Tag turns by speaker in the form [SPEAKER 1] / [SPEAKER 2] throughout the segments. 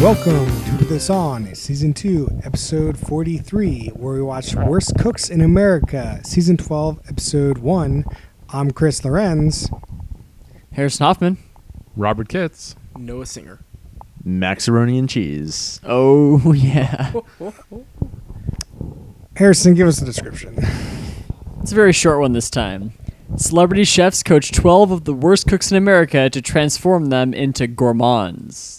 [SPEAKER 1] Welcome to Put This On, Season 2, Episode 43, where we watch Worst Cooks in America, Season 12, Episode 1. I'm Chris Lorenz.
[SPEAKER 2] Harrison Hoffman.
[SPEAKER 3] Robert Kitts.
[SPEAKER 4] Noah Singer.
[SPEAKER 5] macaroni and cheese.
[SPEAKER 2] Oh yeah,
[SPEAKER 1] Harrison, give us a description.
[SPEAKER 2] it's a very short one this time. Celebrity chefs coach 12 of the worst cooks in America to transform them into gourmands.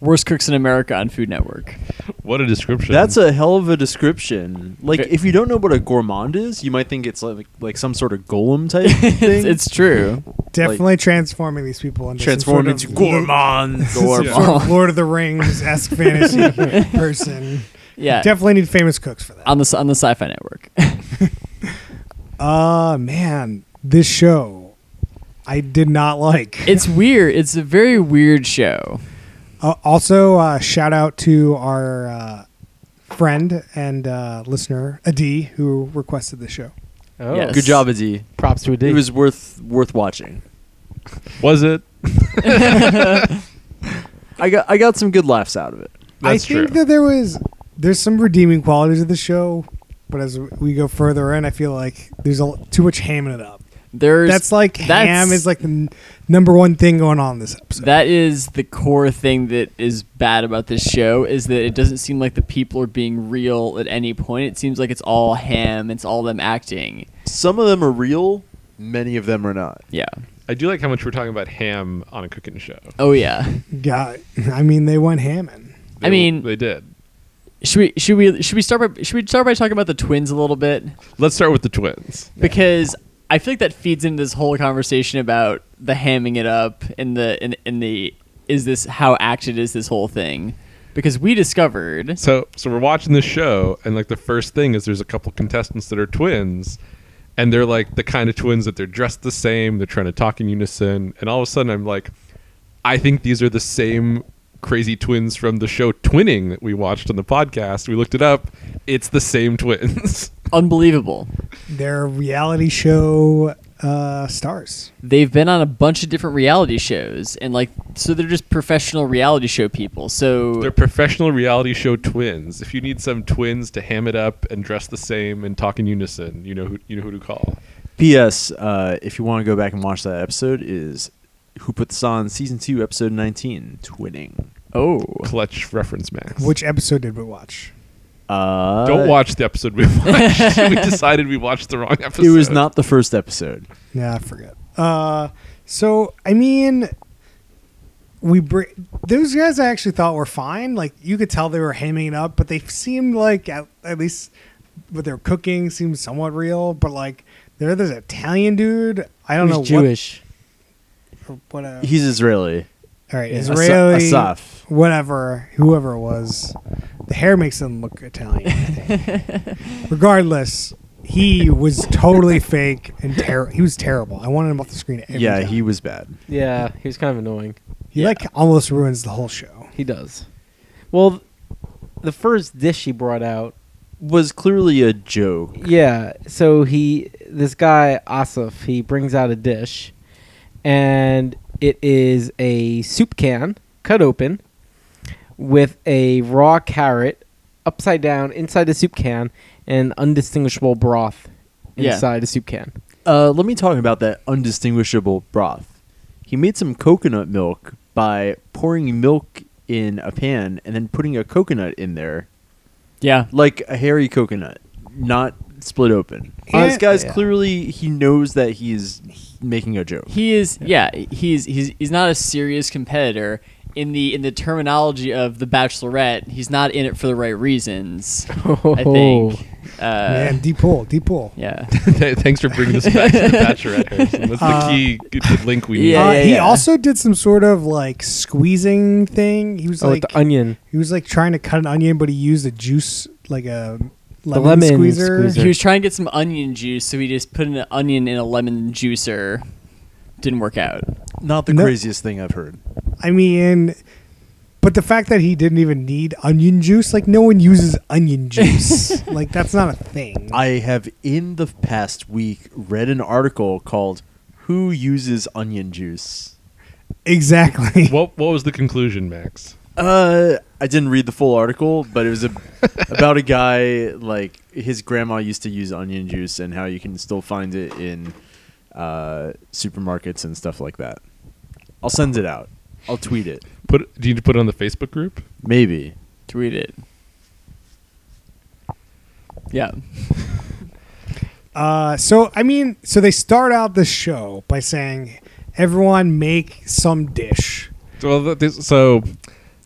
[SPEAKER 2] Worst cooks in America on Food Network.
[SPEAKER 3] What a description.
[SPEAKER 5] That's a hell of a description. Like,
[SPEAKER 2] Ve-
[SPEAKER 5] if you don't know what a gourmand is, you might think it's like like some sort of golem type
[SPEAKER 2] it's,
[SPEAKER 5] thing.
[SPEAKER 2] it's true.
[SPEAKER 1] Definitely transforming these people into some
[SPEAKER 5] transformed
[SPEAKER 1] sort
[SPEAKER 5] into
[SPEAKER 1] of
[SPEAKER 5] gourmand.
[SPEAKER 1] Lord,
[SPEAKER 2] Gourmand.
[SPEAKER 1] Lord of the Rings esque fantasy person.
[SPEAKER 2] Yeah.
[SPEAKER 1] Definitely need famous cooks for that.
[SPEAKER 2] on the s- on the Sci-Fi Network.
[SPEAKER 1] Uh, man, this show I did not like.
[SPEAKER 2] it's weird. It's a very weird show.
[SPEAKER 1] Uh, also, uh, shout out to our uh, friend and uh, listener Adi who requested the show.
[SPEAKER 4] Oh,
[SPEAKER 2] Yes.
[SPEAKER 5] Good job, Adi.
[SPEAKER 4] props to a
[SPEAKER 5] It was worth worth watching.
[SPEAKER 3] Was it?
[SPEAKER 5] I got I got some good laughs out of it.
[SPEAKER 3] That's
[SPEAKER 1] I think
[SPEAKER 3] true.
[SPEAKER 1] that there was there's some redeeming qualities of the show, but as we go further in, I feel like there's a, l- too much hamming it up.
[SPEAKER 2] There's
[SPEAKER 1] That's like
[SPEAKER 2] that's-
[SPEAKER 1] ham is like the n- number one thing going on in this episode.
[SPEAKER 2] That is the core thing that is bad about this show is that it doesn't seem like the people are being real at any point. It seems like it's all ham. It's all them acting.
[SPEAKER 5] Some of them are real. Many of them are not.
[SPEAKER 2] Yeah.
[SPEAKER 3] I do like how much we're talking about ham on a cooking show.
[SPEAKER 2] Oh yeah.
[SPEAKER 1] yeah, I mean they went hamming.
[SPEAKER 2] I mean-
[SPEAKER 3] they did.
[SPEAKER 2] Should we should we should we start by should we start by talking about the twins a little bit
[SPEAKER 3] Let's start with the twins.
[SPEAKER 2] because I feel like that feeds into this whole conversation about the hamming it up and the and, and the is this how acted is this whole thing because we discovered
[SPEAKER 3] So, so we're watching this show, and like the first thing is there's a couple contestants that are twins, and they're like the kind of twins that they're dressed the same, they're trying to talk in unison, and all of a sudden I'm like, I think these are the same crazy twins from the show Twinning that we watched on the podcast. We looked it up. It's the same twins.
[SPEAKER 2] unbelievable
[SPEAKER 1] They're reality show uh, stars.
[SPEAKER 2] they've been on a bunch of different reality shows and like so they're just professional reality show people so
[SPEAKER 3] They're professional reality show twins. If you need some twins to ham it up and dress the same and talk in unison, you know who you know who to call.
[SPEAKER 5] P.S. Uh, if you want to go back and watch that episode, is who put this on season two, episode nineteen, twinning.
[SPEAKER 2] oh
[SPEAKER 3] Clutch reference, Max.
[SPEAKER 1] Which episode did we watch?
[SPEAKER 5] Uh,
[SPEAKER 3] don't watch the episode we watched. we decided we watched the wrong episode.
[SPEAKER 5] It was not the first episode.
[SPEAKER 1] Yeah, I forget. Uh, so I mean, we br- those guys I actually thought were fine. Like you could tell they were hamming it up, but they seemed like at, at least what they're cooking seemed somewhat real. But like there, there's Italian dude. I don't
[SPEAKER 4] He
[SPEAKER 1] know
[SPEAKER 4] was Jewish.
[SPEAKER 1] what. What? uh,
[SPEAKER 5] He's Israeli.
[SPEAKER 1] all right,
[SPEAKER 5] Yeah, Asa-
[SPEAKER 1] Israeli.
[SPEAKER 5] Asaf.
[SPEAKER 1] Whatever, whoever it was, the hair makes them look Italian. I think. Regardless, he was totally fake and terrible. He was terrible. I wanted him off the screen. Every
[SPEAKER 5] yeah,
[SPEAKER 1] time.
[SPEAKER 5] he was bad.
[SPEAKER 4] Yeah, he was kind of annoying.
[SPEAKER 1] He like almost ruins the whole show.
[SPEAKER 4] He does. Well, th- the first dish he brought out.
[SPEAKER 5] Was clearly a joke.
[SPEAKER 4] Yeah, so he this guy Asif, he brings out a dish and it is a soup can cut open with a raw carrot upside down inside the soup can and undistinguishable broth
[SPEAKER 2] Yeah.
[SPEAKER 4] inside the soup can.
[SPEAKER 5] Uh, let me talk about that undistinguishable broth. He made some coconut milk by pouring milk in a pan and then putting a coconut in there,
[SPEAKER 2] yeah
[SPEAKER 5] like a hairy coconut, not split open. Uh,
[SPEAKER 1] Yeah.
[SPEAKER 5] this guy's
[SPEAKER 4] Yeah.
[SPEAKER 5] clearly he knows that he's making a joke.
[SPEAKER 2] he is yeah he's he's he's not a serious competitor in the in the terminology of the bachelorette he's not in it for the right reasons i think uh,
[SPEAKER 3] Oh.
[SPEAKER 1] Man, deep pool, deep pool.
[SPEAKER 2] yeah
[SPEAKER 3] Th- Thanks for bringing this back to the Bachelorette. Harrison. That's the
[SPEAKER 1] Uh,
[SPEAKER 3] key g- good link we need.
[SPEAKER 2] Yeah,
[SPEAKER 1] uh,
[SPEAKER 2] yeah,
[SPEAKER 1] he
[SPEAKER 2] yeah.
[SPEAKER 1] also did some sort of like squeezing thing. He was
[SPEAKER 4] Oh,
[SPEAKER 1] like
[SPEAKER 4] with the onion.
[SPEAKER 1] he was like trying to cut an onion, but he used a juice like a lemon,
[SPEAKER 4] lemon
[SPEAKER 1] squeezer.
[SPEAKER 4] squeezer.
[SPEAKER 2] he was trying to get some onion juice so he just put an onion in a lemon juicer didn't work out
[SPEAKER 5] Not the
[SPEAKER 1] No.
[SPEAKER 5] craziest thing I've heard.
[SPEAKER 1] I mean, but the fact that he didn't even need onion juice, like no one uses onion juice. like that's not a thing.
[SPEAKER 5] I have in the past week read an article called "Who Uses Onion Juice."
[SPEAKER 1] exactly.
[SPEAKER 3] What what was the conclusion, Max?
[SPEAKER 5] Uh, I didn't read the full article, but it was a, about a guy like his grandma used to use onion juice and how you can still find it in uh, supermarkets and stuff like that. I'll send it out. I'll tweet it.
[SPEAKER 3] Put do you need to put it on the Facebook group?
[SPEAKER 5] Maybe.
[SPEAKER 2] Tweet it. Yeah.
[SPEAKER 1] Uh, so I mean, so they start out the show by saying, "Everyone make some dish."
[SPEAKER 3] Well, th- this, so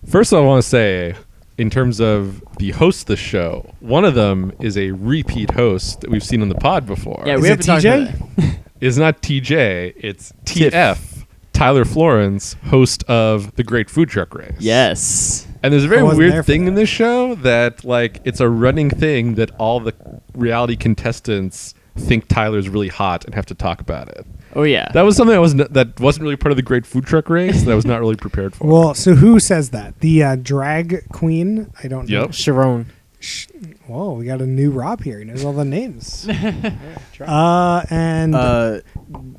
[SPEAKER 3] first I want to say, in terms of the host of the show, one of them is a repeat host that we've seen on the pod before.
[SPEAKER 2] Yeah,
[SPEAKER 1] Is
[SPEAKER 2] we
[SPEAKER 1] it
[SPEAKER 2] haven't talked
[SPEAKER 1] TJ?
[SPEAKER 2] about that.
[SPEAKER 3] It's not TJ, it's
[SPEAKER 5] Tiff.
[SPEAKER 3] TF, Tyler Florence, host of the Great Food Truck Race.
[SPEAKER 2] Yes.
[SPEAKER 3] And there's a very
[SPEAKER 1] I wasn't there
[SPEAKER 3] weird
[SPEAKER 1] for
[SPEAKER 3] thing in
[SPEAKER 1] that.
[SPEAKER 3] this show that like it's a running thing that all the reality contestants think Tyler's really hot and have to talk about it.
[SPEAKER 2] Oh yeah.
[SPEAKER 3] That was something I was not that wasn't really part of the Great Food Truck Race that I was not really prepared for.
[SPEAKER 1] Well, so who says that? The uh, drag queen? I don't know.
[SPEAKER 3] Yep.
[SPEAKER 4] Sharon.
[SPEAKER 1] Sh- Whoa, we got a new Rob here. He knows all the names. uh, and
[SPEAKER 5] Uh,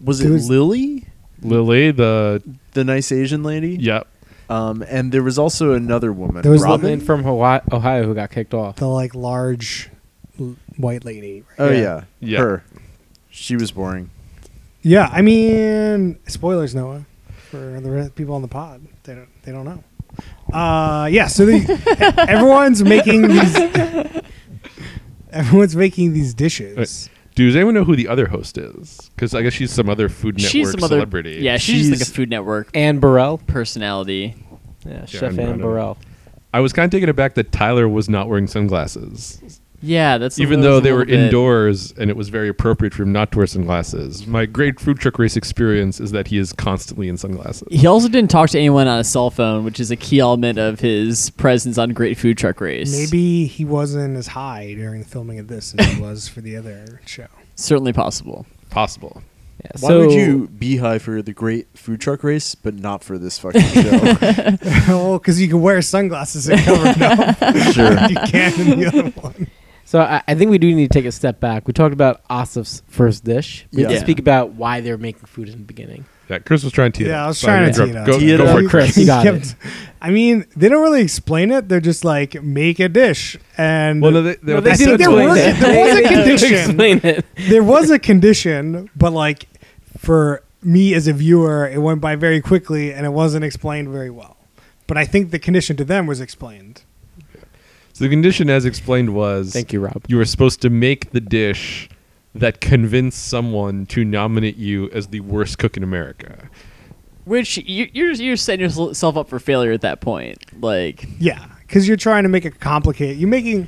[SPEAKER 5] was it
[SPEAKER 1] There was-
[SPEAKER 5] Lily,
[SPEAKER 3] Lily, the
[SPEAKER 5] the nice Asian lady?
[SPEAKER 3] yep,
[SPEAKER 5] Um, and there was also another woman.
[SPEAKER 1] There was the-
[SPEAKER 5] Robin.
[SPEAKER 4] Woman from Hawaii, Ohio who got kicked off.
[SPEAKER 1] the like large l- white lady. right?
[SPEAKER 5] oh
[SPEAKER 4] Yeah.
[SPEAKER 5] yeah.
[SPEAKER 3] Yeah.
[SPEAKER 5] Her. She was boring.
[SPEAKER 1] Yeah, I mean, spoilers, Noah, for the rest people on the pod. They don't. They don't know. Uh, yeah. So they, everyone's making these. Everyone's making these dishes.
[SPEAKER 3] Does anyone know who the other host is? Because I guess she's some other Food Network
[SPEAKER 2] she's some other
[SPEAKER 3] celebrity.
[SPEAKER 2] Yeah, she's, like a
[SPEAKER 5] She's-
[SPEAKER 2] Food Network
[SPEAKER 4] Anne Burrell.
[SPEAKER 2] personality.
[SPEAKER 4] Yeah, Chef
[SPEAKER 3] Anne
[SPEAKER 4] Anne
[SPEAKER 3] Burrell.
[SPEAKER 4] Burrell.
[SPEAKER 3] I was kind of taken aback that Tyler was not wearing sunglasses,
[SPEAKER 2] Yeah, that's
[SPEAKER 3] even though they were
[SPEAKER 2] indoor.
[SPEAKER 3] indoors, and it was very appropriate for him not to wear sunglasses. My great food truck race experience is that he is constantly in sunglasses.
[SPEAKER 2] He also didn't talk to anyone on a cell phone, which is a key element of his presence on Great Food Truck Race.
[SPEAKER 1] Maybe he wasn't as high during the filming of this as he was for the other show.
[SPEAKER 2] certainly possible.
[SPEAKER 3] Possible.
[SPEAKER 4] Yeah,
[SPEAKER 5] Why
[SPEAKER 4] so
[SPEAKER 5] would you be high for the great food truck race, but not for this fucking show?
[SPEAKER 1] oh, because you can wear sunglasses and cover it up.
[SPEAKER 5] Sure.
[SPEAKER 1] you can in the other one.
[SPEAKER 4] So I, I think we do need to take a step back. We talked about Asaf's first dish. We need
[SPEAKER 5] Yeah.
[SPEAKER 4] to speak about why they're making food in the beginning.
[SPEAKER 3] Yeah, Chris was trying to. tee it
[SPEAKER 1] Yeah,
[SPEAKER 3] up,
[SPEAKER 1] I was
[SPEAKER 3] I'm
[SPEAKER 1] trying
[SPEAKER 3] gonna
[SPEAKER 1] to
[SPEAKER 3] interrupt.
[SPEAKER 1] tee it up.
[SPEAKER 3] Go,
[SPEAKER 5] Tee it up.
[SPEAKER 3] go for it, Chris.
[SPEAKER 4] Chris. You got
[SPEAKER 1] Kept- I mean, they don't really explain it. They're just like, make a dish. And
[SPEAKER 3] Well, no, they, they,
[SPEAKER 4] No,
[SPEAKER 1] I
[SPEAKER 4] they
[SPEAKER 1] think
[SPEAKER 4] do
[SPEAKER 1] there
[SPEAKER 4] explain
[SPEAKER 1] was,
[SPEAKER 4] that.
[SPEAKER 1] there was a
[SPEAKER 4] They- they do
[SPEAKER 1] condition.
[SPEAKER 4] Explain it.
[SPEAKER 1] there was a condition, but like for me as a viewer, it went by very quickly and it wasn't explained very well. But I think the condition to them was explained.
[SPEAKER 3] so the condition, as explained, was
[SPEAKER 4] Thank you, Rob.
[SPEAKER 3] you were supposed to make the dish that convinced someone to nominate you as the worst cook in America.
[SPEAKER 2] Which you, you're you're setting yourself up for failure at that point. Like,
[SPEAKER 1] Yeah, because you're trying to make it complicated. You're making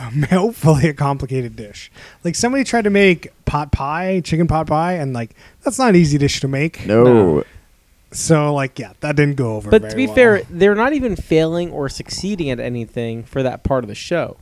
[SPEAKER 1] um, hopefully a complicated dish. Like somebody tried to make pot pie, chicken pot pie, and like that's not an easy dish to make.
[SPEAKER 5] no.
[SPEAKER 1] So like yeah, that didn't go over.
[SPEAKER 4] But to
[SPEAKER 1] very
[SPEAKER 4] be
[SPEAKER 1] well.
[SPEAKER 4] fair, they're not even failing or succeeding at anything for that part of the show.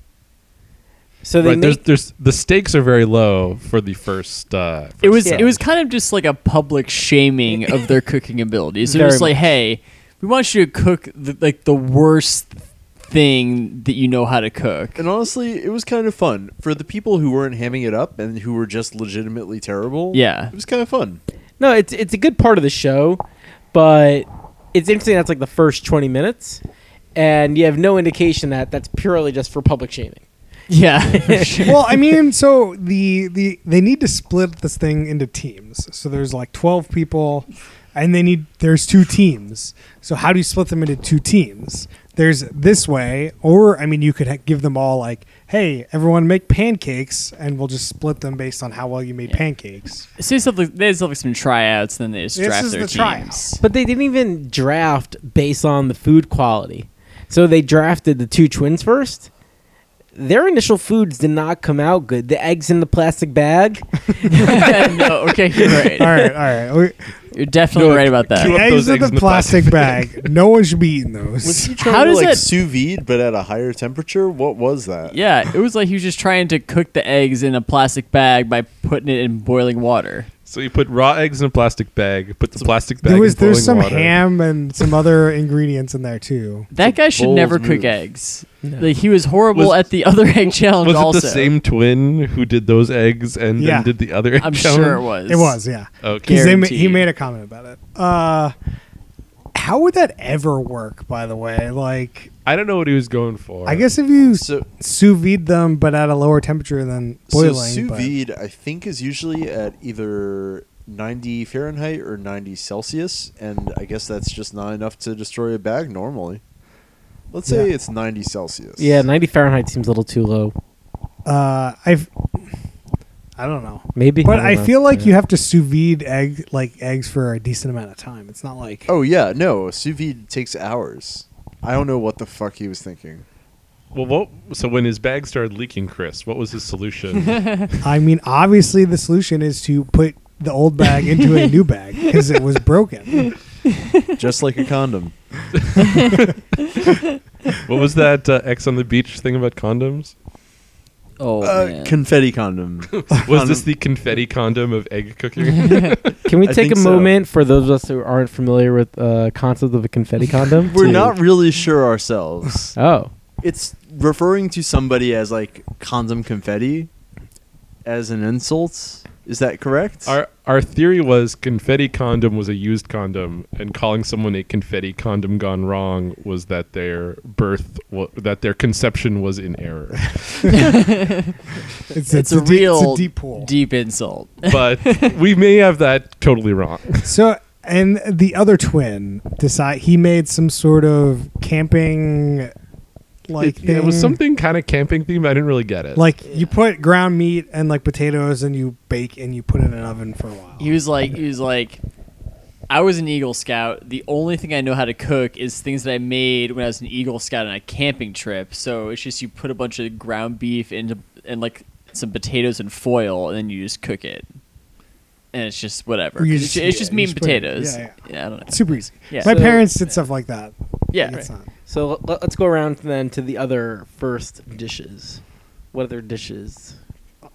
[SPEAKER 4] So they
[SPEAKER 3] right, there's,
[SPEAKER 4] make,
[SPEAKER 3] there's the stakes are very low for the first. Uh, first
[SPEAKER 2] it was
[SPEAKER 4] Yeah.
[SPEAKER 2] it was kind of just like a public shaming of their cooking abilities. It
[SPEAKER 4] Very
[SPEAKER 2] was like,
[SPEAKER 4] much.
[SPEAKER 2] hey, we want you to cook the, like the worst thing that you know how to cook.
[SPEAKER 5] And honestly, it was kind of fun for the people who weren't hamming it up and who were just legitimately terrible.
[SPEAKER 2] Yeah.
[SPEAKER 5] it was kind of fun.
[SPEAKER 4] no, it's it's a good part of the show, but it's interesting. That's like the first twenty minutes, and you have no indication that that's purely just for public shaming.
[SPEAKER 2] Yeah,
[SPEAKER 1] well, I mean, so the the they need to split this thing into teams. So there's like 12 people and they need there's two teams. So how do you split them into two teams? There's this way or I mean you could ha- give them all like, "Hey, everyone make pancakes and we'll just split them based on how well you made pancakes."
[SPEAKER 2] so stuff like, they had stuff like some tryouts, and then they just
[SPEAKER 1] This
[SPEAKER 2] draft
[SPEAKER 1] is
[SPEAKER 2] their
[SPEAKER 1] the
[SPEAKER 2] teams.
[SPEAKER 1] tryout.
[SPEAKER 4] But they didn't even draft based on the food quality. So they drafted the two twins first. Their initial foods did not come out good. The eggs in the plastic bag.
[SPEAKER 2] no, okay, you're right.
[SPEAKER 1] all right, all right. We,
[SPEAKER 2] You're definitely
[SPEAKER 3] No,
[SPEAKER 2] right about
[SPEAKER 3] two
[SPEAKER 2] that.
[SPEAKER 3] up
[SPEAKER 1] eggs
[SPEAKER 3] those
[SPEAKER 1] in
[SPEAKER 3] eggs
[SPEAKER 1] the plastic, bag. no one should be eating
[SPEAKER 5] Was
[SPEAKER 1] those.
[SPEAKER 5] he trying
[SPEAKER 2] How
[SPEAKER 5] to
[SPEAKER 2] does
[SPEAKER 5] like
[SPEAKER 2] that-
[SPEAKER 5] sous vide but at a higher temperature? What was that?
[SPEAKER 2] Yeah, it was like he was just trying to cook the eggs in a plastic bag by putting it in boiling water.
[SPEAKER 3] So you put raw eggs in a plastic bag, put the plastic bag.
[SPEAKER 1] There was
[SPEAKER 3] in boiling
[SPEAKER 1] there's some
[SPEAKER 3] water.
[SPEAKER 1] ham and some other ingredients in there too.
[SPEAKER 2] That guy should
[SPEAKER 5] bold
[SPEAKER 2] never cook
[SPEAKER 5] move.
[SPEAKER 2] eggs. Like he was horrible
[SPEAKER 3] Was-
[SPEAKER 2] at the other egg challenge.
[SPEAKER 3] Was it
[SPEAKER 2] also,
[SPEAKER 3] the same twin who did those eggs and
[SPEAKER 1] Yeah.
[SPEAKER 3] then did the other?
[SPEAKER 2] I'm
[SPEAKER 3] challenge?
[SPEAKER 2] sure it was.
[SPEAKER 4] Oh,
[SPEAKER 1] It was, yeah.
[SPEAKER 3] Okay.
[SPEAKER 1] Because they ma- he
[SPEAKER 2] Guaranteed.
[SPEAKER 1] made a comment about it. Uh, how would that ever work? By the way, like
[SPEAKER 3] I don't know what he was going for.
[SPEAKER 1] I guess if you
[SPEAKER 5] So-
[SPEAKER 1] sous vide them, but at a lower temperature than boiling.
[SPEAKER 5] so sous
[SPEAKER 1] but-
[SPEAKER 5] vide, I think, is usually at either 90 Fahrenheit or 90 Celsius, and I guess that's just not enough to destroy a bag normally. Let's say
[SPEAKER 1] Yeah.
[SPEAKER 5] it's 90 Celsius.
[SPEAKER 4] Yeah, 90 Fahrenheit seems a little too low.
[SPEAKER 1] uh, I've I don't know,
[SPEAKER 4] Maybe.
[SPEAKER 1] but
[SPEAKER 4] don't
[SPEAKER 1] I
[SPEAKER 4] know.
[SPEAKER 1] feel like
[SPEAKER 4] Yeah.
[SPEAKER 1] you have to sous vide egg like eggs for a decent amount of time. It's not like
[SPEAKER 5] Oh yeah, no, sous vide takes hours. I don't know what the fuck he was thinking.
[SPEAKER 3] Well, what? So when his bag started leaking, Chris, what was his solution?
[SPEAKER 1] I mean, obviously the solution is to put the old bag into a new bag because it was broken.
[SPEAKER 5] Just like a condom.
[SPEAKER 3] what was that uh, X on the beach thing about condoms?
[SPEAKER 2] Oh
[SPEAKER 5] Uh,
[SPEAKER 2] man.
[SPEAKER 5] confetti condom.
[SPEAKER 3] Was
[SPEAKER 5] Condom.
[SPEAKER 3] this the confetti condom of egg cooking?
[SPEAKER 4] Can we
[SPEAKER 5] I
[SPEAKER 4] take a
[SPEAKER 5] think so.
[SPEAKER 4] moment for those of us who aren't familiar with uh, concept of a confetti condom?
[SPEAKER 5] We're
[SPEAKER 4] to-
[SPEAKER 5] not really sure ourselves.
[SPEAKER 4] Oh,
[SPEAKER 5] it's referring to somebody as like condom confetti as an insult. Is that correct?
[SPEAKER 3] our our theory was confetti condom was a used condom, and calling someone a confetti condom gone wrong was that their birth, wa that their conception was in error.
[SPEAKER 1] It's,
[SPEAKER 2] It's a
[SPEAKER 1] deep-
[SPEAKER 2] real
[SPEAKER 1] deep pool.
[SPEAKER 2] Deep insult.
[SPEAKER 3] But we may have that totally wrong.
[SPEAKER 1] So, and the other twin decide he made some sort of camping like
[SPEAKER 3] it, it was
[SPEAKER 1] thing.
[SPEAKER 3] something kind of camping themed. I didn't really get it.
[SPEAKER 1] Like you put ground meat and like potatoes and you bake and you put it in an oven for a while.
[SPEAKER 2] He was like, he was like, I was an Eagle Scout. The only thing I know how to cook is things that I made when I was an Eagle Scout on a camping trip. So it's just you put a bunch of ground beef into and like some potatoes and foil, and then you just cook it. And it's just whatever.
[SPEAKER 1] You
[SPEAKER 2] It's
[SPEAKER 1] just-
[SPEAKER 2] ju- it's
[SPEAKER 1] yeah,
[SPEAKER 2] just
[SPEAKER 1] you
[SPEAKER 2] meat
[SPEAKER 1] just
[SPEAKER 2] and
[SPEAKER 1] put it-
[SPEAKER 2] potatoes.
[SPEAKER 1] yeah,
[SPEAKER 2] yeah, I don't know.
[SPEAKER 1] Super easy.
[SPEAKER 2] Yeah.
[SPEAKER 1] My
[SPEAKER 4] So-
[SPEAKER 1] parents did stuff like that.
[SPEAKER 2] Yeah.
[SPEAKER 1] It's not-
[SPEAKER 4] so l- let's go around then to the other first dishes. What other dishes?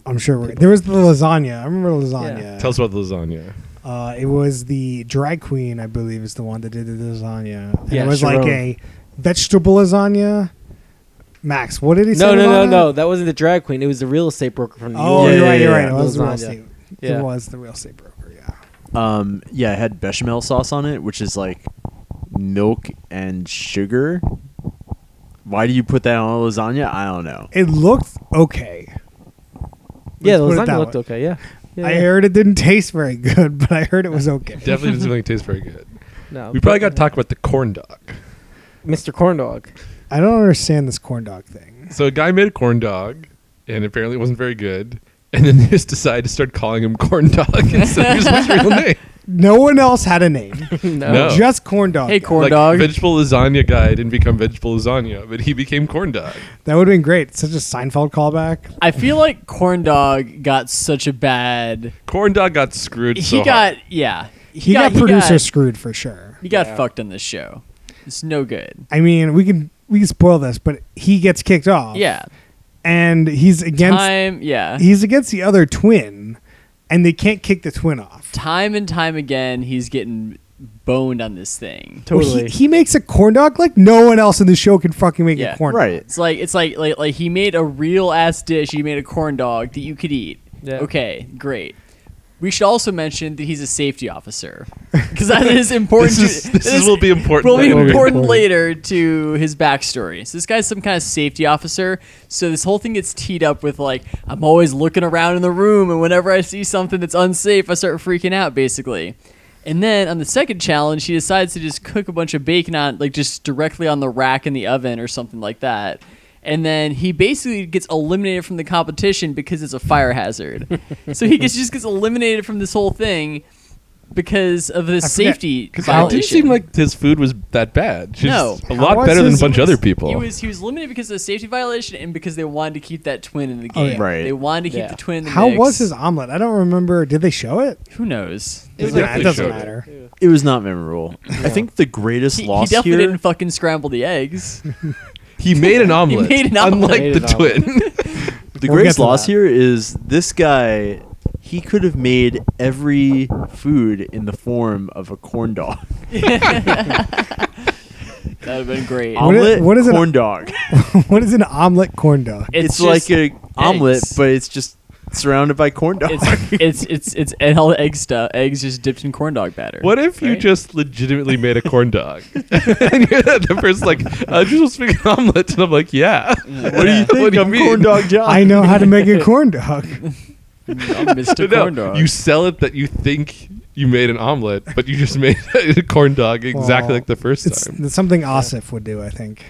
[SPEAKER 1] I'm sure we're, there was the lasagna. I remember lasagna.
[SPEAKER 3] tell us about the lasagna.
[SPEAKER 1] Uh, it was the drag queen, I believe, is the one that did the lasagna. And
[SPEAKER 4] Yeah,
[SPEAKER 1] it was like
[SPEAKER 4] Sharon.
[SPEAKER 1] a vegetable lasagna. Max, what did he say?
[SPEAKER 4] No, no, no,
[SPEAKER 1] lasagna?
[SPEAKER 4] no. That wasn't the drag queen. It was the real estate broker from New
[SPEAKER 1] Oh,
[SPEAKER 4] York.
[SPEAKER 5] Yeah,
[SPEAKER 1] you're right.
[SPEAKER 5] yeah,
[SPEAKER 1] You're
[SPEAKER 5] yeah,
[SPEAKER 1] right. It was the real
[SPEAKER 4] Lasagna.
[SPEAKER 1] estate.
[SPEAKER 4] Yeah.
[SPEAKER 1] It was the real estate broker. Yeah.
[SPEAKER 5] Um, yeah, it had bechamel sauce on it, which is like milk and sugar. Why do you put that on a lasagna? I don't know.
[SPEAKER 1] It looked okay.
[SPEAKER 4] Yeah, the
[SPEAKER 1] Let's put it that
[SPEAKER 4] lasagna looked
[SPEAKER 1] way.
[SPEAKER 4] okay. Yeah. yeah
[SPEAKER 1] I
[SPEAKER 4] yeah.
[SPEAKER 1] heard it didn't taste very good, but I heard it was okay.
[SPEAKER 3] Definitely doesn't really taste very good.
[SPEAKER 4] No,
[SPEAKER 3] We probably got to
[SPEAKER 4] but-
[SPEAKER 3] talk about the corn dog.
[SPEAKER 4] Mr. Corn Dog.
[SPEAKER 1] I don't understand this corn dog thing.
[SPEAKER 3] So a guy made a corn dog, and apparently it wasn't very good. And then they just decided to start calling him corn dog instead of his real name.
[SPEAKER 1] No one else had a name.
[SPEAKER 3] No.
[SPEAKER 1] Just corn dog.
[SPEAKER 2] Hey,
[SPEAKER 1] guy.
[SPEAKER 2] corn
[SPEAKER 3] like,
[SPEAKER 2] dog.
[SPEAKER 3] Vegetable lasagna guy didn't become vegetable lasagna, but he became corn dog.
[SPEAKER 1] That would have been great. Such a Seinfeld callback.
[SPEAKER 2] I feel like corn dog got such a bad.
[SPEAKER 3] Corn dog got screwed. so
[SPEAKER 2] He got
[SPEAKER 3] hard.
[SPEAKER 2] yeah.
[SPEAKER 1] He, got, producer
[SPEAKER 2] He got,
[SPEAKER 1] screwed for sure.
[SPEAKER 2] he got fucked on this show. It's no good.
[SPEAKER 1] I mean, we can we can spoil this, but he gets kicked off.
[SPEAKER 2] Yeah.
[SPEAKER 1] and he's against
[SPEAKER 2] Time. Yeah.
[SPEAKER 3] E
[SPEAKER 1] he's against the other twin, and they can't kick the twin off.
[SPEAKER 2] time and time again he's getting boned on this thing.
[SPEAKER 1] Well, he-
[SPEAKER 4] Totally.
[SPEAKER 1] he, makes a corn dog like no one else in the show can fucking make
[SPEAKER 2] Yeah.
[SPEAKER 1] a corn
[SPEAKER 5] Right.
[SPEAKER 2] It's like it's like like like he made a real ass dish. He made a corn dog that you could eat.
[SPEAKER 4] Yeah.
[SPEAKER 2] Okay, great. We should also mention that he's a safety officer because that is important.
[SPEAKER 3] This
[SPEAKER 2] to-
[SPEAKER 3] is- this is- will be important
[SPEAKER 2] Will be
[SPEAKER 3] later.
[SPEAKER 2] important later to his backstory. So this guy's some kind of safety officer. So this whole thing gets teed up with like I'm always looking around in the room, and whenever I see something that's unsafe, I start freaking out, basically. And then on the second challenge, he decides to just cook a bunch of bacon on like just directly on the rack in the oven or something like that. And then he basically gets eliminated from the competition because it's a fire hazard. so he gets, just gets eliminated from this whole thing because of this
[SPEAKER 1] I forget,
[SPEAKER 2] safety
[SPEAKER 3] 'Cause it
[SPEAKER 2] violation.
[SPEAKER 3] didn't seem like his food was that bad. Just
[SPEAKER 2] No.
[SPEAKER 3] a
[SPEAKER 1] How
[SPEAKER 3] lot
[SPEAKER 1] was
[SPEAKER 3] better than a
[SPEAKER 1] his-
[SPEAKER 3] bunch of other people.
[SPEAKER 2] He was he was limited because of the safety violation and because they wanted to keep that twin in the
[SPEAKER 1] Oh, yeah.
[SPEAKER 2] game.
[SPEAKER 5] Right.
[SPEAKER 2] They wanted to keep
[SPEAKER 4] Yeah.
[SPEAKER 2] the twin in the
[SPEAKER 1] How
[SPEAKER 2] mix.
[SPEAKER 1] was his omelet? I don't remember. Did they show it?
[SPEAKER 2] Who knows?
[SPEAKER 3] They
[SPEAKER 1] Doesn't-
[SPEAKER 3] definitely
[SPEAKER 1] it doesn't
[SPEAKER 3] showed it.
[SPEAKER 1] matter.
[SPEAKER 5] It was not memorable. I think the greatest
[SPEAKER 2] He, he
[SPEAKER 5] loss
[SPEAKER 2] definitely
[SPEAKER 5] here.
[SPEAKER 2] didn't fucking scramble the eggs.
[SPEAKER 3] he made an omelet.
[SPEAKER 2] made an omelet.
[SPEAKER 3] Unlike
[SPEAKER 4] Made
[SPEAKER 3] the
[SPEAKER 4] an omelet.
[SPEAKER 3] twin.
[SPEAKER 5] The
[SPEAKER 1] We'll
[SPEAKER 5] greatest
[SPEAKER 1] get to
[SPEAKER 5] loss
[SPEAKER 1] that.
[SPEAKER 5] here is this guy. He could have made every food in the form of a corn dog.
[SPEAKER 2] That would have been great.
[SPEAKER 1] What is-
[SPEAKER 5] Omelet,
[SPEAKER 1] what is an-
[SPEAKER 5] corn dog?
[SPEAKER 1] what is an omelet corn dog?
[SPEAKER 5] It's,
[SPEAKER 2] just
[SPEAKER 5] like a omelet,
[SPEAKER 2] eggs.
[SPEAKER 5] but it's just surrounded by corn dogs.
[SPEAKER 2] It's it's it's it's and all the egg stuff. Eggs just dipped in corn dog batter.
[SPEAKER 3] What if you
[SPEAKER 2] Right?
[SPEAKER 3] just legitimately made a corn dog? and you're the the person's like, I just was making an omelet. And I'm like, yeah. What
[SPEAKER 2] do you
[SPEAKER 5] think I'm corn dog John.
[SPEAKER 1] I know how to make a corn dog.
[SPEAKER 2] Mr.
[SPEAKER 3] No,
[SPEAKER 2] um, corn dog?
[SPEAKER 3] You sell it that you think you made an omelet, but you just made a corn dog exactly
[SPEAKER 1] Well,
[SPEAKER 3] like the first
[SPEAKER 1] It's
[SPEAKER 3] time.
[SPEAKER 1] it's something Asif would do, I think.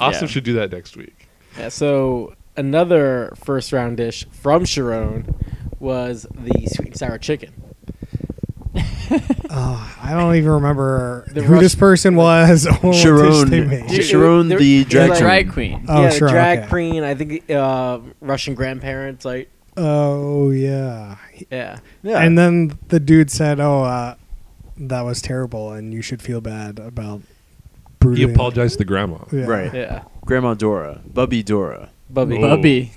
[SPEAKER 3] Awesome
[SPEAKER 2] Yeah.
[SPEAKER 3] should do that next week.
[SPEAKER 4] Yeah, so another first round dish from Sharon was the sweet and sour chicken.
[SPEAKER 1] Uh, I don't even remember
[SPEAKER 4] The
[SPEAKER 1] who
[SPEAKER 4] Rus-
[SPEAKER 1] this person was or what dish
[SPEAKER 5] Sharon.
[SPEAKER 1] they made.
[SPEAKER 4] Dude, it
[SPEAKER 5] Sharon,
[SPEAKER 4] was-
[SPEAKER 5] the
[SPEAKER 4] it was
[SPEAKER 5] drag
[SPEAKER 4] like-
[SPEAKER 5] queen.
[SPEAKER 2] drag queen.
[SPEAKER 1] Oh,
[SPEAKER 4] yeah,
[SPEAKER 1] sure,
[SPEAKER 4] the drag
[SPEAKER 1] okay.
[SPEAKER 4] queen. I think uh, Russian grandparents. Like,
[SPEAKER 1] Oh yeah.
[SPEAKER 4] yeah,
[SPEAKER 5] Yeah.
[SPEAKER 1] And then the dude said, "Oh, uh, that was terrible, and you should feel bad about."
[SPEAKER 3] He
[SPEAKER 1] brutally-
[SPEAKER 3] apologized to the grandma.
[SPEAKER 1] Yeah.
[SPEAKER 5] Right.
[SPEAKER 4] yeah,
[SPEAKER 5] Grandma Dora, Bubby Dora.
[SPEAKER 4] Bubby.
[SPEAKER 3] Oh.
[SPEAKER 2] Bubby.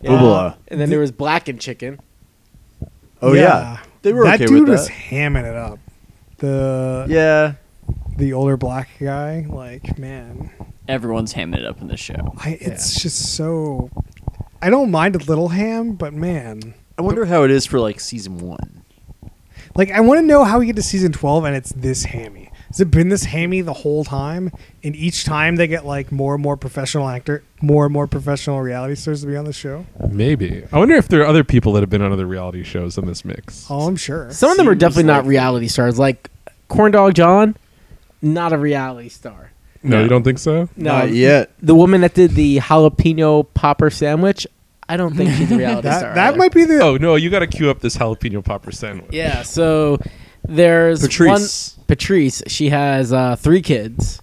[SPEAKER 4] Yeah.
[SPEAKER 5] Bubala.
[SPEAKER 4] And then there was blackened chicken.
[SPEAKER 5] Oh yeah. They were
[SPEAKER 1] that
[SPEAKER 5] okay
[SPEAKER 1] dude
[SPEAKER 5] with
[SPEAKER 1] was
[SPEAKER 5] that.
[SPEAKER 1] hamming it up. The
[SPEAKER 5] Yeah.
[SPEAKER 1] the older black guy, like man,
[SPEAKER 2] Everyone's hamming it up in the show.
[SPEAKER 1] I, it's just so. I don't mind a little ham, but man,
[SPEAKER 5] I wonder how it is for like season one.
[SPEAKER 1] like I want to know how we get to season twelve and it's this hammy. Has it been this hammy the whole time? And each time they get like more and more professional actor, more and more professional reality stars to be on the show.
[SPEAKER 3] Maybe. I wonder if there are other people that have been on other reality shows in this mix.
[SPEAKER 1] Oh, I'm sure.
[SPEAKER 4] Some of them are
[SPEAKER 5] Seems
[SPEAKER 4] definitely not
[SPEAKER 5] like-
[SPEAKER 4] reality stars. Like Corn Dog John, not a reality star.
[SPEAKER 3] No,
[SPEAKER 2] No.
[SPEAKER 3] you don't think so?
[SPEAKER 5] Not yet.
[SPEAKER 4] The woman that did the jalapeno popper sandwich, I don't think she's a reality
[SPEAKER 1] that
[SPEAKER 4] star.
[SPEAKER 1] that
[SPEAKER 4] either.
[SPEAKER 1] might be the
[SPEAKER 3] Oh, no, you got to queue up this jalapeno popper sandwich.
[SPEAKER 4] Yeah, so there's
[SPEAKER 5] Patrice.
[SPEAKER 4] one Patrice. She has uh, three kids,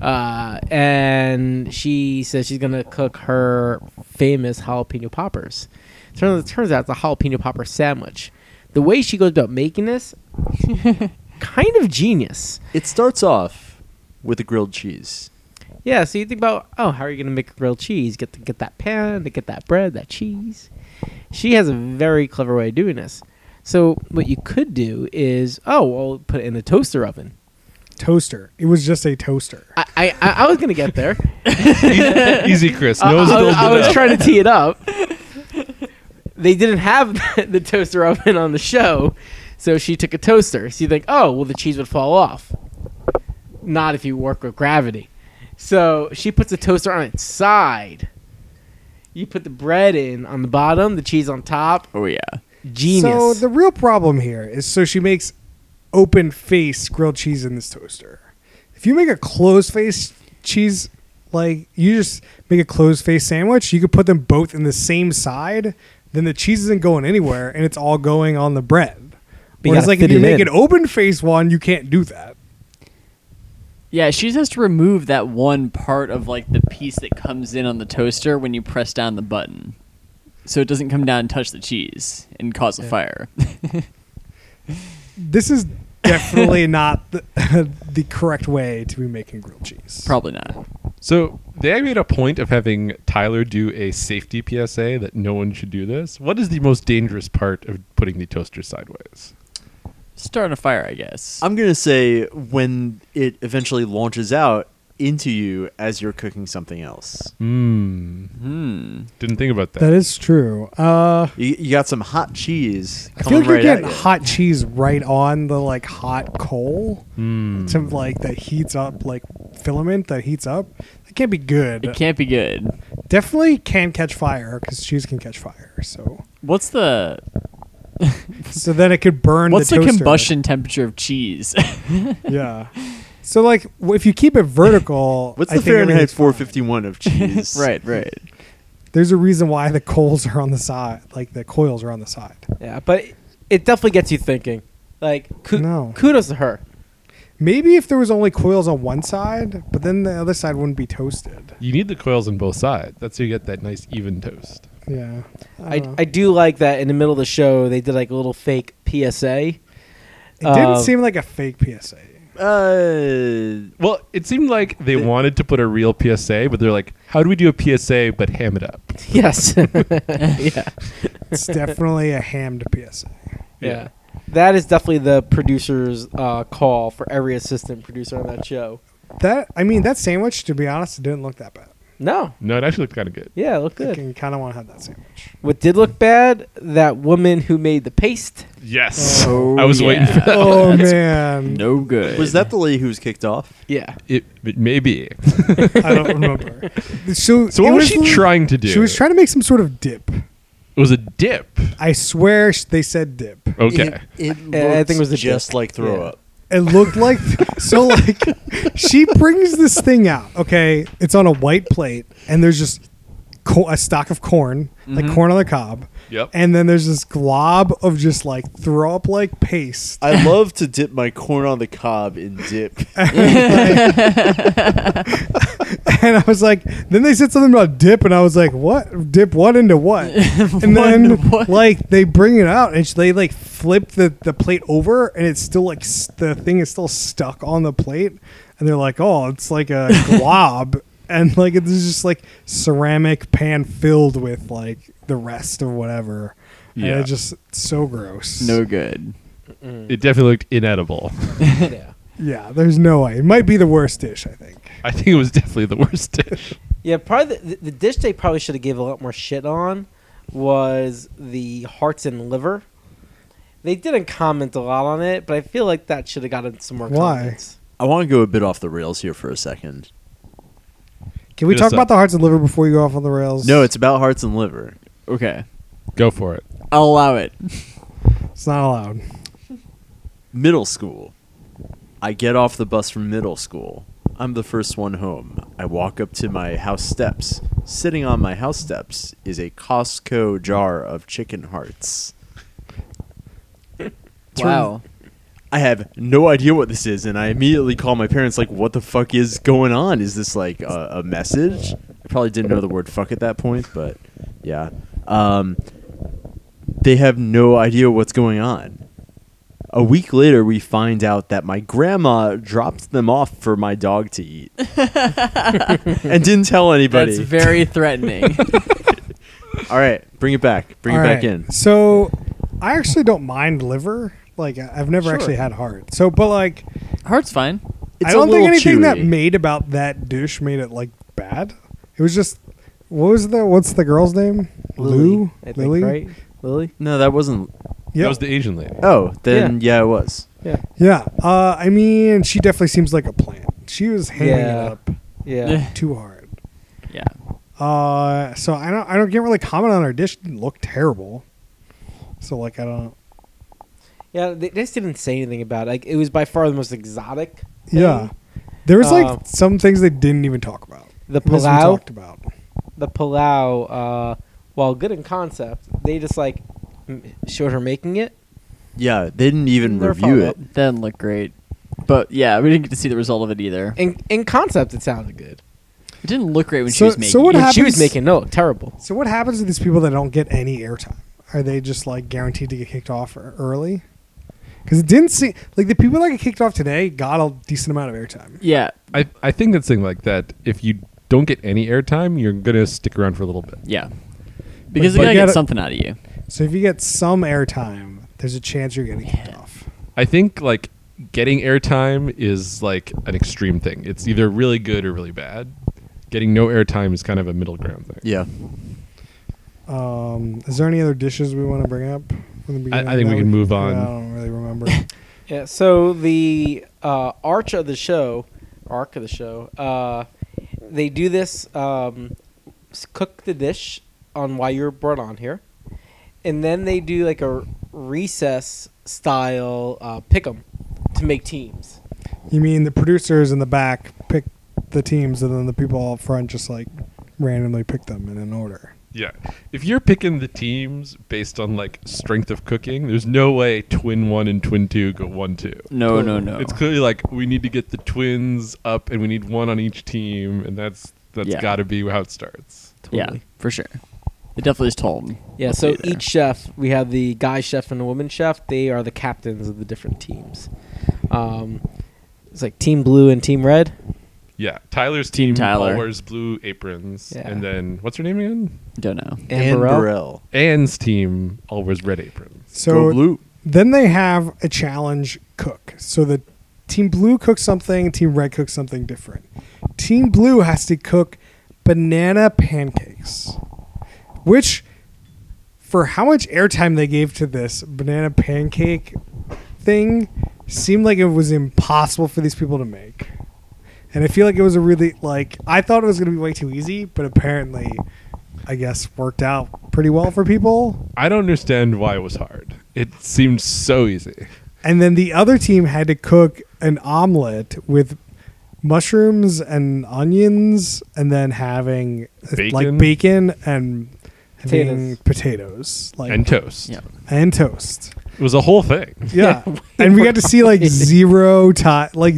[SPEAKER 4] uh, and she says she's gonna cook her famous jalapeno poppers. Turns turns out it's a jalapeno popper sandwich. The way she goes about making this, kind of genius.
[SPEAKER 5] It starts off with a grilled cheese.
[SPEAKER 4] Yeah, so you think about oh, how are you gonna make grilled cheese? Get the, get that pan, to get that bread, that cheese. She has a very clever way of doing this. So what you could do is oh, well, put it in the toaster oven.
[SPEAKER 1] toaster. It was just a toaster.
[SPEAKER 4] I I, I I was gonna get there.
[SPEAKER 3] Easy, Chris.
[SPEAKER 1] Uh,
[SPEAKER 4] I, I
[SPEAKER 3] No
[SPEAKER 4] was,
[SPEAKER 3] build it
[SPEAKER 4] I was
[SPEAKER 3] up.
[SPEAKER 4] trying to tee it up. they didn't have the toaster oven on the show, so she took a toaster. So you think oh, well, the cheese would fall off. Not if you work with gravity. So she puts the toaster on its side. You put the bread in on the bottom, the cheese on top.
[SPEAKER 2] Oh yeah.
[SPEAKER 4] Genius.
[SPEAKER 1] So the real problem here is so she makes open face grilled cheese in this toaster. If you make a closed face cheese like you just make a closed face sandwich, you could put them both in the same side, then the cheese isn't going anywhere and it's all going on the bread.
[SPEAKER 4] But you
[SPEAKER 1] Whereas
[SPEAKER 4] gotta
[SPEAKER 1] like if
[SPEAKER 4] fit
[SPEAKER 1] you
[SPEAKER 4] it
[SPEAKER 1] make
[SPEAKER 4] in.
[SPEAKER 1] an open face one, you can't do that.
[SPEAKER 2] Yeah, she just has to remove that one part of like the piece that comes in on the toaster when you press down the button. So it doesn't come down and touch the cheese and cause a fire.
[SPEAKER 1] This is definitely not the, the correct way to be making grilled cheese.
[SPEAKER 2] Probably not.
[SPEAKER 3] So they made a point of having Tyler do a safety PSA that no one should do this. What is the most dangerous part of putting the toaster sideways?
[SPEAKER 2] Starting a fire, I guess.
[SPEAKER 5] I'm gonna say when it eventually launches out into you as you're cooking something else.
[SPEAKER 1] Mm.
[SPEAKER 3] Hmm.
[SPEAKER 2] hmm.
[SPEAKER 3] Didn't think about that.
[SPEAKER 1] That is true. Uh
[SPEAKER 5] You, you got some hot cheese
[SPEAKER 1] I feel
[SPEAKER 5] coming
[SPEAKER 1] like you're
[SPEAKER 5] right at
[SPEAKER 1] getting
[SPEAKER 5] you.
[SPEAKER 1] hot cheese right on the like hot coal
[SPEAKER 3] Hmm.
[SPEAKER 1] to like that heats up like filament that heats up. That can't be good.
[SPEAKER 2] It can't be good.
[SPEAKER 1] Definitely can catch fire because cheese can catch fire. So
[SPEAKER 2] What's the
[SPEAKER 1] so then it could burn.
[SPEAKER 2] what's the,
[SPEAKER 1] the, toaster.
[SPEAKER 2] combustion temperature of cheese?
[SPEAKER 1] Yeah. So like w- if you keep it vertical,
[SPEAKER 5] What's
[SPEAKER 1] I
[SPEAKER 5] the
[SPEAKER 1] think
[SPEAKER 5] Fahrenheit
[SPEAKER 1] everything's fine.
[SPEAKER 5] 451 of cheese?
[SPEAKER 2] right.
[SPEAKER 1] There's a reason why the coals are on the side, like the coils are on the side.
[SPEAKER 4] yeah, but it definitely gets you thinking. Like ku-
[SPEAKER 1] No.
[SPEAKER 4] kudos to her.
[SPEAKER 1] Maybe if there was only coils on one side, but then the other side wouldn't be toasted.
[SPEAKER 3] You need the coils on both sides. That's how you get that nice even toast.
[SPEAKER 1] Yeah. I,
[SPEAKER 4] I,
[SPEAKER 1] don't know.
[SPEAKER 4] I do like that in the middle of the show they did like a little fake PSA.
[SPEAKER 1] it didn't
[SPEAKER 3] Um,
[SPEAKER 4] uh,
[SPEAKER 1] seem like a fake PSA.
[SPEAKER 5] Uh,
[SPEAKER 3] Well, it seemed like they wanted to put a real PSA, but they're like, how do we do a PSA but ham it up?
[SPEAKER 4] Yes. yeah.
[SPEAKER 1] It's definitely a hammed PSA.
[SPEAKER 4] Yeah. That is definitely the producer's uh, call for every assistant producer on that show.
[SPEAKER 1] That I mean, that sandwich, to be honest, it didn't look that bad.
[SPEAKER 4] No.
[SPEAKER 3] No, it actually looked kind of good.
[SPEAKER 4] Yeah, it looked
[SPEAKER 1] I
[SPEAKER 4] good.
[SPEAKER 1] kind of want to have that sandwich.
[SPEAKER 4] What did look bad? That woman who made the paste.
[SPEAKER 3] Yes.
[SPEAKER 2] Oh,
[SPEAKER 3] I was waiting for
[SPEAKER 2] yeah.
[SPEAKER 3] that.
[SPEAKER 1] Oh man,
[SPEAKER 2] No good.
[SPEAKER 5] Was that the lady who was kicked off?
[SPEAKER 4] Yeah.
[SPEAKER 3] It, it maybe.
[SPEAKER 1] I don't remember. So,
[SPEAKER 3] So
[SPEAKER 1] it
[SPEAKER 3] what was she
[SPEAKER 1] li-
[SPEAKER 3] trying to do?
[SPEAKER 1] She was trying to make some sort of dip.
[SPEAKER 3] It was a dip.
[SPEAKER 1] I swear sh- they said dip.
[SPEAKER 3] Okay.
[SPEAKER 5] It,
[SPEAKER 4] I think it was a
[SPEAKER 5] just
[SPEAKER 4] dip.
[SPEAKER 5] like throw
[SPEAKER 4] Yeah.
[SPEAKER 5] up.
[SPEAKER 1] It looked like so like she brings this thing out. Okay, it's on a white plate, and there's just co- a stock of corn, like corn on the cob.
[SPEAKER 3] Yep.
[SPEAKER 1] And then there's this glob of just like throw up like paste.
[SPEAKER 5] I love to dip my corn on the cob in dip.
[SPEAKER 1] And I was like, then they said something about dip, and I was like, what? Dip what into what? and then
[SPEAKER 2] into what?
[SPEAKER 1] like they bring it out, and sh- they like flip the the plate over, and it's still like s the thing is still stuck on the plate, and they're like, oh, it's like a glob, and like it's just like ceramic pan filled with like the rest of whatever. Yeah,
[SPEAKER 3] Yeah.
[SPEAKER 1] and it's just so gross.
[SPEAKER 2] no good.
[SPEAKER 3] It definitely looked inedible.
[SPEAKER 4] yeah.
[SPEAKER 1] yeah, there's no way. It might be the worst dish, I think.
[SPEAKER 3] I think it was definitely the worst dish.
[SPEAKER 4] Yeah, probably the, the dish they probably should have gave a lot more shit on was the hearts and liver. They didn't comment a lot on it, but I feel like that should have gotten some more
[SPEAKER 1] Why?
[SPEAKER 4] comments.
[SPEAKER 5] I want to go a bit off the rails here for a second.
[SPEAKER 1] Can we
[SPEAKER 3] Hit us
[SPEAKER 1] talk
[SPEAKER 3] up.
[SPEAKER 1] about the hearts and liver before we go off on the rails?
[SPEAKER 5] No, it's about hearts and liver.
[SPEAKER 2] Okay,
[SPEAKER 3] Go for it.
[SPEAKER 2] I'll allow it.
[SPEAKER 1] it's not allowed.
[SPEAKER 5] Middle school. I get off the bus from middle school. I'm the first one home. I walk up to my house steps. Sitting on my house steps is a Costco jar of chicken hearts.
[SPEAKER 2] Wow.
[SPEAKER 5] I have no idea what this is, and I immediately call my parents, like, what the fuck is going on? Is this like a, a message? I probably didn't know the word fuck at that point, but yeah. Um, they have no idea what's going on. A week later, we find out that my grandma dropped them off for my dog to eat and didn't tell anybody.
[SPEAKER 2] That's very threatening.
[SPEAKER 5] All right, bring it back. Bring it
[SPEAKER 1] All
[SPEAKER 5] back
[SPEAKER 1] right.
[SPEAKER 5] in.
[SPEAKER 1] So I actually don't mind liver. Like I- I've never
[SPEAKER 5] Sure.
[SPEAKER 1] actually had heart. So, but like
[SPEAKER 2] Heart's fine.
[SPEAKER 1] I
[SPEAKER 5] It's a
[SPEAKER 1] don't think
[SPEAKER 5] little
[SPEAKER 1] anything that
[SPEAKER 5] chewy.
[SPEAKER 1] made about that dish made it like bad. It was just what was the what's the girl's name? Lou.
[SPEAKER 4] I think,
[SPEAKER 1] Lily.
[SPEAKER 4] right? Lily.
[SPEAKER 5] No, that wasn't.
[SPEAKER 1] Yep.
[SPEAKER 3] That was the Asian lady.
[SPEAKER 5] Oh, then yeah, it was.
[SPEAKER 4] Yeah.
[SPEAKER 1] yeah. Uh, I mean, she definitely seems like a plant. She was hanging
[SPEAKER 4] Yeah.
[SPEAKER 1] it up
[SPEAKER 4] Yeah.
[SPEAKER 1] too hard.
[SPEAKER 2] yeah.
[SPEAKER 1] Uh, so I don't. I don't get really comment on her dish. It didn't look terrible. So like I don't.
[SPEAKER 4] Yeah, they, they just didn't say anything about it. Like it was by far the most exotic. thing.
[SPEAKER 1] Yeah. There was
[SPEAKER 4] Uh,
[SPEAKER 1] like some things they didn't even talk about.
[SPEAKER 4] The
[SPEAKER 1] It wasn't
[SPEAKER 4] palau,
[SPEAKER 1] talked about.
[SPEAKER 4] the palau, uh, while good in concept, they just like m- showed her making it.
[SPEAKER 5] Yeah, they didn't even
[SPEAKER 4] Their
[SPEAKER 5] review
[SPEAKER 4] follow-up.
[SPEAKER 5] it.
[SPEAKER 2] That didn't look great. But yeah, we didn't get to see the result of it either.
[SPEAKER 4] In in concept, it sounded good.
[SPEAKER 2] It didn't look great when she
[SPEAKER 1] So-
[SPEAKER 2] was making.
[SPEAKER 1] so what
[SPEAKER 2] it.
[SPEAKER 4] When she was
[SPEAKER 1] happens-
[SPEAKER 4] making no terrible.
[SPEAKER 1] So what happens to these people that don't get any airtime? Are they just like guaranteed to get kicked off ear- early? Because it didn't seem like the people that get kicked off today got a decent amount of airtime.
[SPEAKER 2] Yeah,
[SPEAKER 3] I, I think that's thing like that. If you don't get any airtime, you're gonna stick around for a little bit.
[SPEAKER 2] yeah. Because
[SPEAKER 1] But- but you
[SPEAKER 2] they gotta get
[SPEAKER 1] gotta-
[SPEAKER 2] something out of you.
[SPEAKER 1] So if you get some airtime, there's a chance you're getting kicked off.
[SPEAKER 3] I think like getting airtime is like an extreme thing. It's either really good or really bad. Getting no airtime is kind of a middle ground thing.
[SPEAKER 5] Yeah.
[SPEAKER 1] Um, is there any other dishes we want to bring up? From the beginning?
[SPEAKER 3] I think we
[SPEAKER 1] That
[SPEAKER 3] can move on.
[SPEAKER 1] I don't really remember.
[SPEAKER 4] Yeah. So the uh, arch of the show, arc of the show, uh, they do this um, s- cook the dish on why you're brought on here, and then they do like a recess style uh, pick 'em to make teams.
[SPEAKER 1] you mean the producers in the back pick the teams, and then the people up front just like randomly pick them in an order.
[SPEAKER 3] Yeah. If you're picking the teams based on like strength of cooking, there's no way twin one and twin two go one two.
[SPEAKER 2] No, no, no.
[SPEAKER 3] It's clearly like we need to get the twins up and we need one on each team and that's that's
[SPEAKER 2] Yeah.
[SPEAKER 3] gotta be how it starts.
[SPEAKER 2] Yeah, for sure. It definitely is told.
[SPEAKER 4] Yeah,
[SPEAKER 2] what
[SPEAKER 4] so
[SPEAKER 2] to do there.
[SPEAKER 4] each chef, we have the guy chef and the woman chef. They are the captains of the different teams. Um, it's like Team Blue and Team Red.
[SPEAKER 3] Yeah. Tyler's
[SPEAKER 2] Team
[SPEAKER 3] team
[SPEAKER 2] Tyler.
[SPEAKER 3] wears blue aprons.
[SPEAKER 4] Yeah.
[SPEAKER 3] And then what's her name again?
[SPEAKER 2] don't know.
[SPEAKER 4] And Burrell.
[SPEAKER 5] Burrell.
[SPEAKER 3] Anne's team all wears red aprons.
[SPEAKER 1] So
[SPEAKER 5] Go blue.
[SPEAKER 1] Then they have a challenge cook. So the team blue cooks something, team red cooks something different. Team blue has to cook banana pancakes, which for how much airtime they gave to this banana pancake thing seemed like it was impossible for these people to make. And I feel like it was a really like I thought it was going to be way too easy, but apparently I guess worked out pretty well for people.
[SPEAKER 3] I don't understand why it was hard. It seemed so easy.
[SPEAKER 1] And then the other team had to cook an omelet with mushrooms and onions, and then having uh,
[SPEAKER 3] Bacon.
[SPEAKER 1] like bacon and having potatoes,
[SPEAKER 4] Potatoes.
[SPEAKER 1] like
[SPEAKER 3] And toast.
[SPEAKER 2] Yeah.
[SPEAKER 1] and toast.
[SPEAKER 3] It was a whole thing.
[SPEAKER 1] Yeah, and we got to see like zero time. Like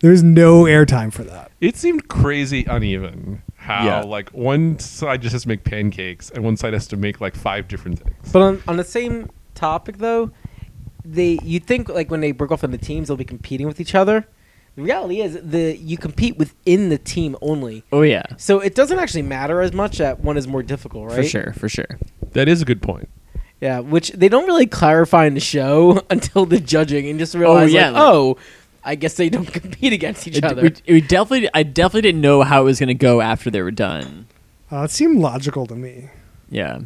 [SPEAKER 1] there's no airtime for that.
[SPEAKER 3] It seemed crazy uneven how
[SPEAKER 5] Yeah.
[SPEAKER 3] like one side just has to make pancakes and one side has to make like five different things.
[SPEAKER 4] But on, on the same topic though, they you think like when they break off into teams they'll be competing with each other. The reality is the you compete within the team only.
[SPEAKER 2] Oh yeah,
[SPEAKER 4] So it doesn't actually matter as much that one is more difficult, right?
[SPEAKER 2] for sure, for sure.
[SPEAKER 3] That is a good point.
[SPEAKER 4] Yeah, which they don't really clarify in the show until the judging and just realize
[SPEAKER 2] yeah,
[SPEAKER 4] like,
[SPEAKER 2] like-
[SPEAKER 4] oh, I guess they don't compete against each
[SPEAKER 2] It-
[SPEAKER 4] other.
[SPEAKER 2] we, we definitely, I definitely didn't know how it was going to go after they were done.
[SPEAKER 1] Uh, it seemed logical to me.
[SPEAKER 2] Yeah,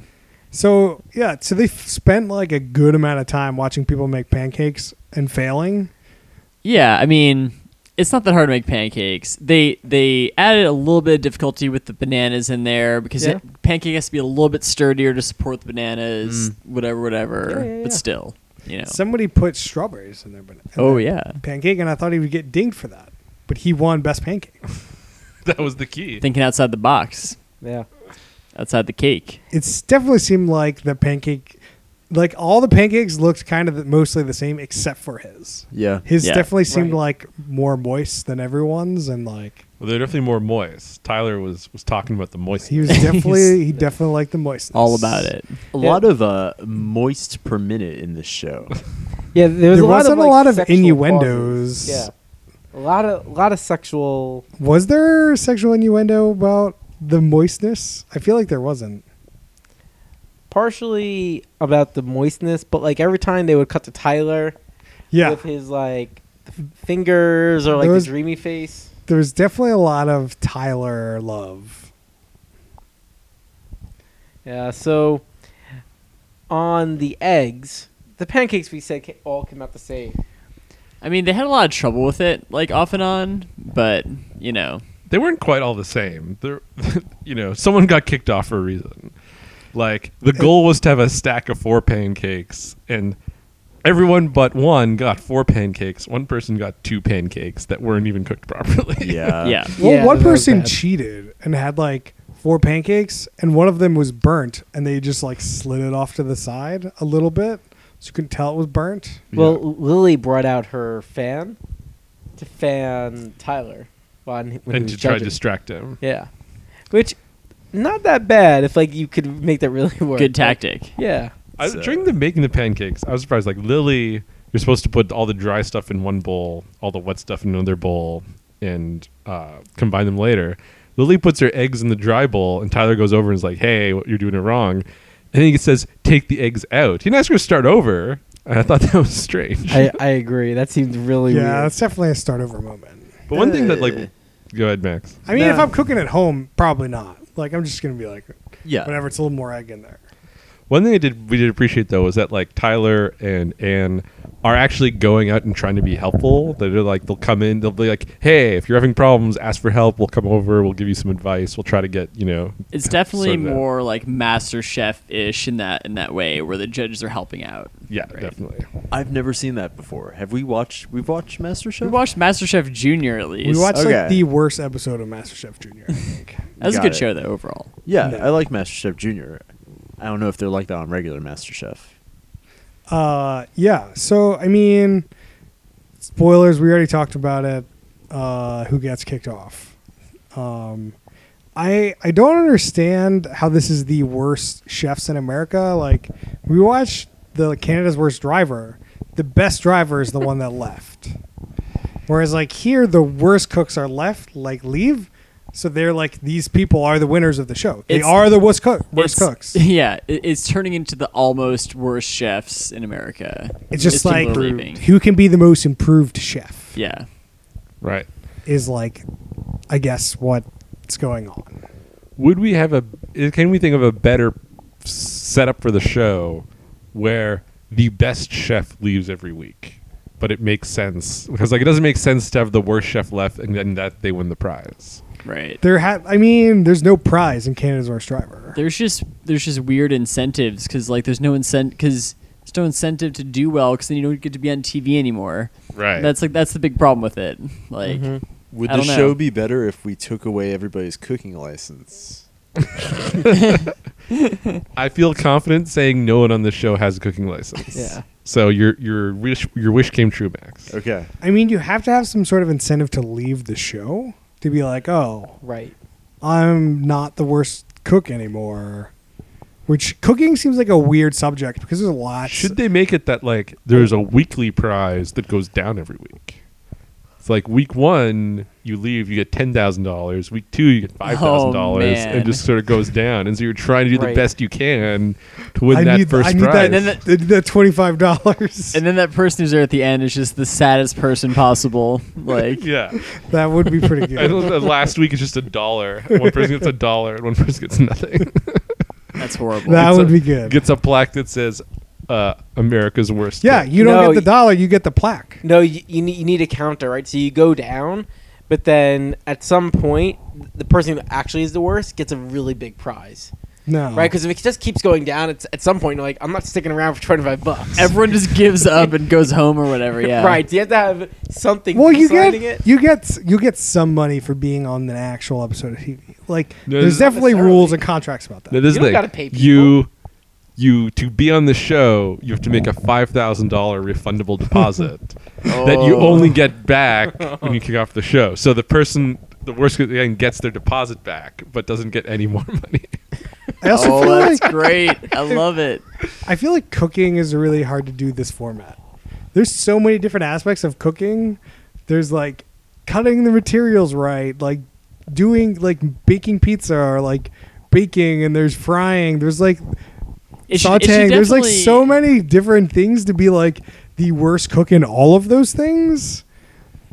[SPEAKER 1] So yeah, so they f- spent like a good amount of time watching people make pancakes and failing.
[SPEAKER 2] yeah. I mean, it's not that hard to make pancakes. They they added a little bit of difficulty with the bananas in there because
[SPEAKER 4] Yeah.
[SPEAKER 2] it, pancake has to be a little bit sturdier to support the bananas, whatever, whatever.
[SPEAKER 4] Mm. Yeah, yeah, yeah.
[SPEAKER 2] But still, you know.
[SPEAKER 1] Somebody put strawberries in their banana.
[SPEAKER 2] oh yeah.
[SPEAKER 1] pancake, and I thought he would get dinged for that, but he won best pancake.
[SPEAKER 3] That was the key.
[SPEAKER 2] Thinking outside the box,
[SPEAKER 4] yeah.
[SPEAKER 2] outside the cake.
[SPEAKER 1] It's definitely seemed like the pancake, like all the pancakes looked kind of the, mostly the same except for his.
[SPEAKER 5] Yeah.
[SPEAKER 1] His
[SPEAKER 2] Yeah.
[SPEAKER 1] definitely seemed
[SPEAKER 4] Right.
[SPEAKER 1] like more moist than everyone's, and like
[SPEAKER 3] Well, they're definitely more moist. Tyler was was talking about the moist.
[SPEAKER 1] he was definitely he definitely liked the moistness.
[SPEAKER 2] All about it.
[SPEAKER 5] A lot of uh, moist per minute in this show.
[SPEAKER 4] Yeah, there was
[SPEAKER 1] There
[SPEAKER 4] a lot
[SPEAKER 1] wasn't
[SPEAKER 4] of,
[SPEAKER 1] a
[SPEAKER 4] like,
[SPEAKER 1] lot of
[SPEAKER 4] sexual
[SPEAKER 1] innuendos.
[SPEAKER 4] pauses. Yeah, a lot of a lot of sexual.
[SPEAKER 1] Was there sexual innuendo about the moistness? I feel like there wasn't.
[SPEAKER 4] partially about the moistness, but like every time they would cut to Tyler
[SPEAKER 1] Yeah,
[SPEAKER 4] with his like f- fingers or like
[SPEAKER 1] There
[SPEAKER 4] the
[SPEAKER 1] was-
[SPEAKER 4] dreamy face.
[SPEAKER 1] there was definitely a lot of Tyler love.
[SPEAKER 4] Yeah. So on the eggs, the pancakes we said ca- all came out the same.
[SPEAKER 2] I mean, they had a lot of trouble with it, like off and on. But you know,
[SPEAKER 3] they weren't quite all the same. They're, you know, someone got kicked off for a reason. Like the goal was to have a stack of four pancakes, and everyone but one got four pancakes. One person got two pancakes that weren't even cooked properly.
[SPEAKER 5] Yeah.
[SPEAKER 2] yeah.
[SPEAKER 1] Well,
[SPEAKER 4] Yeah,
[SPEAKER 1] one
[SPEAKER 4] that was
[SPEAKER 1] person
[SPEAKER 4] bad.
[SPEAKER 1] cheated and had like four pancakes, and one of them was burnt, and they just like slid it off to the side a little bit, so you couldn't tell it was burnt.
[SPEAKER 4] Well, Lily brought out her fan to fan Tyler on when he
[SPEAKER 3] and
[SPEAKER 4] was
[SPEAKER 3] to try to
[SPEAKER 4] judging.
[SPEAKER 3] distract him.
[SPEAKER 4] yeah, which not that bad if like you could make that really work.
[SPEAKER 2] Good
[SPEAKER 4] Like,
[SPEAKER 2] tactic.
[SPEAKER 4] yeah.
[SPEAKER 3] I,
[SPEAKER 5] So-
[SPEAKER 3] during the making the pancakes, I was surprised. Like Lily, you're supposed to put all the dry stuff in one bowl, all the wet stuff in another bowl, and uh, combine them later. Lily puts her eggs in the dry bowl, and Tyler goes over and is like, "Hey, you're doing it wrong." And then he says, "Take the eggs out." He didn't ask her to start over. And I thought that was strange.
[SPEAKER 4] I, I agree. That seemed really
[SPEAKER 1] yeah,
[SPEAKER 4] weird.
[SPEAKER 1] that's definitely a start over moment.
[SPEAKER 3] but one thing that like, go ahead, Max.
[SPEAKER 1] I mean, if
[SPEAKER 4] No.
[SPEAKER 1] I'm cooking at home, probably not. Like, I'm just gonna be like,
[SPEAKER 5] Yeah.
[SPEAKER 1] whatever. It's a little more egg in there.
[SPEAKER 3] One thing I did we did appreciate though was that like Tyler and Anne are actually going out and trying to be helpful. They're like they'll come in, they'll be like, "Hey, if you're having problems, ask for help. We'll come over. We'll give you some advice. We'll try to get you know."
[SPEAKER 2] It's definitely
[SPEAKER 3] Sort of that.
[SPEAKER 2] more like Master Chef ish in that in that way, where the judges are helping out.
[SPEAKER 3] Yeah,
[SPEAKER 2] Right.
[SPEAKER 3] definitely.
[SPEAKER 5] I've never seen that before. Have we watched? We've watched MasterChef.
[SPEAKER 2] We watched Master Chef Junior at least.
[SPEAKER 1] We watched
[SPEAKER 5] Okay.
[SPEAKER 1] like the worst episode of MasterChef Junior. I think.
[SPEAKER 2] that was a
[SPEAKER 5] Got
[SPEAKER 2] good
[SPEAKER 5] it.
[SPEAKER 2] show though overall.
[SPEAKER 5] Yeah,
[SPEAKER 1] No.
[SPEAKER 5] I like MasterChef Junior. I don't know if they're like that on regular MasterChef.
[SPEAKER 1] Uh, yeah. So I mean, spoilers. We already talked about it. Uh, who gets kicked off? Um, I I don't understand how this is the worst chefs in America. Like we watched the Canada's Worst Driver. The best driver is the one that left. Whereas like here, the worst cooks are left. Like leave. So they're like these people are the winners of the show. They
[SPEAKER 2] It's-
[SPEAKER 1] are the worst cook, worst
[SPEAKER 2] It's-
[SPEAKER 1] cooks.
[SPEAKER 2] Yeah, it, it's turning into the almost worst chefs in America.
[SPEAKER 1] It's just
[SPEAKER 2] people
[SPEAKER 1] like
[SPEAKER 2] are leaving.
[SPEAKER 1] who can be the most improved chef.
[SPEAKER 2] Yeah,
[SPEAKER 3] Right.
[SPEAKER 1] is like, I guess what's going on.
[SPEAKER 3] would we have a eh, can we think of a better setup for the show where the best chef leaves every week but it makes sense because like it doesn't make sense to have the worst chef left and then that they win the prize
[SPEAKER 2] Right.
[SPEAKER 1] There ha- I mean, there's no prize in Canada's worst driver.
[SPEAKER 2] There's just there's just weird incentives because like there's no incent because there's no incentive to do well because then you don't get to be on TV anymore.
[SPEAKER 3] Right.
[SPEAKER 2] That's like that's the big problem with it. Like
[SPEAKER 1] Mm-hmm.
[SPEAKER 5] Would
[SPEAKER 2] I
[SPEAKER 5] the
[SPEAKER 2] don't know.
[SPEAKER 5] show be better if we took away everybody's cooking license?
[SPEAKER 3] i feel confident saying no one on this show has a cooking license
[SPEAKER 4] Yeah.
[SPEAKER 3] so your your wish your wish came true max
[SPEAKER 5] Okay.
[SPEAKER 1] I mean, you have to have some sort of incentive to leave the show to be like, oh,
[SPEAKER 4] Right.
[SPEAKER 1] I'm not the worst cook anymore. Which cooking seems like a weird subject because there's lots.
[SPEAKER 3] Should they make it that like there's a weekly prize that goes down every week? It's like week one, you leave, you get ten thousand dollars. Week two, you get five thousand dollars,
[SPEAKER 2] man.
[SPEAKER 3] and just sort of goes down. And so you're trying to do the
[SPEAKER 4] Right.
[SPEAKER 3] best you can to win
[SPEAKER 1] I
[SPEAKER 3] that
[SPEAKER 1] need,
[SPEAKER 3] first
[SPEAKER 1] I need
[SPEAKER 3] prize.
[SPEAKER 1] that,
[SPEAKER 2] And then
[SPEAKER 1] that, that twenty five dollars.
[SPEAKER 2] and then that person who's there at the end is just the saddest person possible. Like
[SPEAKER 3] yeah,
[SPEAKER 1] That would be pretty
[SPEAKER 3] and
[SPEAKER 1] good.
[SPEAKER 3] the last week is just a dollar. One person gets a dollar, and one person gets nothing.
[SPEAKER 2] that's horrible.
[SPEAKER 1] That
[SPEAKER 3] Gets
[SPEAKER 1] would
[SPEAKER 3] a-
[SPEAKER 1] be good.
[SPEAKER 3] Gets a plaque that says uh, "America's Worst."
[SPEAKER 1] yeah,
[SPEAKER 3] Cook.
[SPEAKER 1] you don't
[SPEAKER 4] No,
[SPEAKER 1] get the
[SPEAKER 4] y-
[SPEAKER 1] dollar, you get the plaque.
[SPEAKER 4] No, you, you, need, you need a counter, right? So you go down, but then at some point, the person who actually is the worst gets a really big prize,
[SPEAKER 1] No,
[SPEAKER 4] right? Because if it just keeps going down, it's at some point you're like, I'm not sticking around for 25 bucks.
[SPEAKER 2] Everyone just gives up and goes home or whatever. Yeah.
[SPEAKER 4] Right? You have to have something.
[SPEAKER 1] Well, you get
[SPEAKER 4] sliding it.
[SPEAKER 1] you get you get some money for being on an actual episode of TV. Like,
[SPEAKER 3] No,
[SPEAKER 1] there's
[SPEAKER 3] no, no.
[SPEAKER 1] definitely
[SPEAKER 4] Necessarily.
[SPEAKER 1] rules and contracts about that.
[SPEAKER 3] Now, this
[SPEAKER 4] You
[SPEAKER 3] is
[SPEAKER 4] don't
[SPEAKER 3] the
[SPEAKER 4] gotta
[SPEAKER 3] thing.
[SPEAKER 4] pay people.
[SPEAKER 3] You, you to be on the show, you have to make a five thousand dollar refundable deposit that you only get back when you kick off the show. So the person, the worst at the end, gets their deposit back, but doesn't get any more money.
[SPEAKER 1] I also
[SPEAKER 2] Oh,
[SPEAKER 1] feel
[SPEAKER 2] that's
[SPEAKER 1] like
[SPEAKER 2] great. I love it.
[SPEAKER 1] I feel like cooking is really hard to do this format. There's so many different aspects of cooking. There's like cutting the materials right, like doing like baking pizza or like baking and there's frying. There's like
[SPEAKER 2] It should-
[SPEAKER 1] sauteing.
[SPEAKER 2] it should
[SPEAKER 1] there's like
[SPEAKER 2] definitely-
[SPEAKER 1] so many different things to be like the worst cook in all of those things.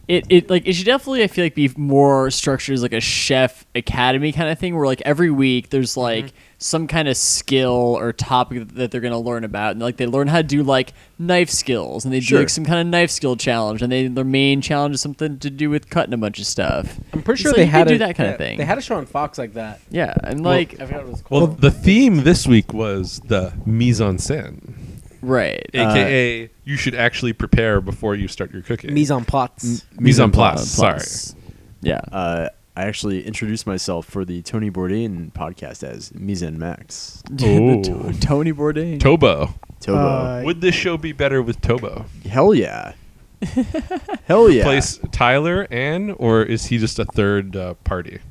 [SPEAKER 2] It, it like it should definitely I feel like be more structured as like a chef academy kind of thing where like every week there's like some kind of skill or topic that they're gonna learn about and like they learn how to do like knife skills and they do
[SPEAKER 5] Sure.
[SPEAKER 2] like some kind of knife skill challenge and they their main challenge is something to do with cutting a bunch of stuff.
[SPEAKER 4] I'm pretty
[SPEAKER 2] It's
[SPEAKER 4] sure
[SPEAKER 2] like
[SPEAKER 4] they
[SPEAKER 2] you could
[SPEAKER 4] had
[SPEAKER 2] do
[SPEAKER 4] a,
[SPEAKER 2] that kind
[SPEAKER 4] yeah,
[SPEAKER 2] of thing.
[SPEAKER 4] They had a show on Fox like that.
[SPEAKER 2] yeah, and like
[SPEAKER 4] I forgot what it was called.
[SPEAKER 3] Well, the theme this week was the mise en scène,
[SPEAKER 2] right.
[SPEAKER 3] aka you should actually prepare before you start your cooking.
[SPEAKER 4] mise en plots.
[SPEAKER 3] Mise en place.
[SPEAKER 2] Uh,
[SPEAKER 3] Sorry.
[SPEAKER 2] plus. Yeah.
[SPEAKER 5] Uh, I actually introduced myself for the Tony Bourdain podcast as Mise and Max.
[SPEAKER 2] The
[SPEAKER 3] Oh.
[SPEAKER 2] to- Tony Bourdain.
[SPEAKER 3] Tobo.
[SPEAKER 5] Tobo.
[SPEAKER 1] Uh,
[SPEAKER 3] Would this show be better with Tobo?
[SPEAKER 5] Hell yeah. Hell yeah.
[SPEAKER 3] Place Tyler and, or is he just a third uh, party?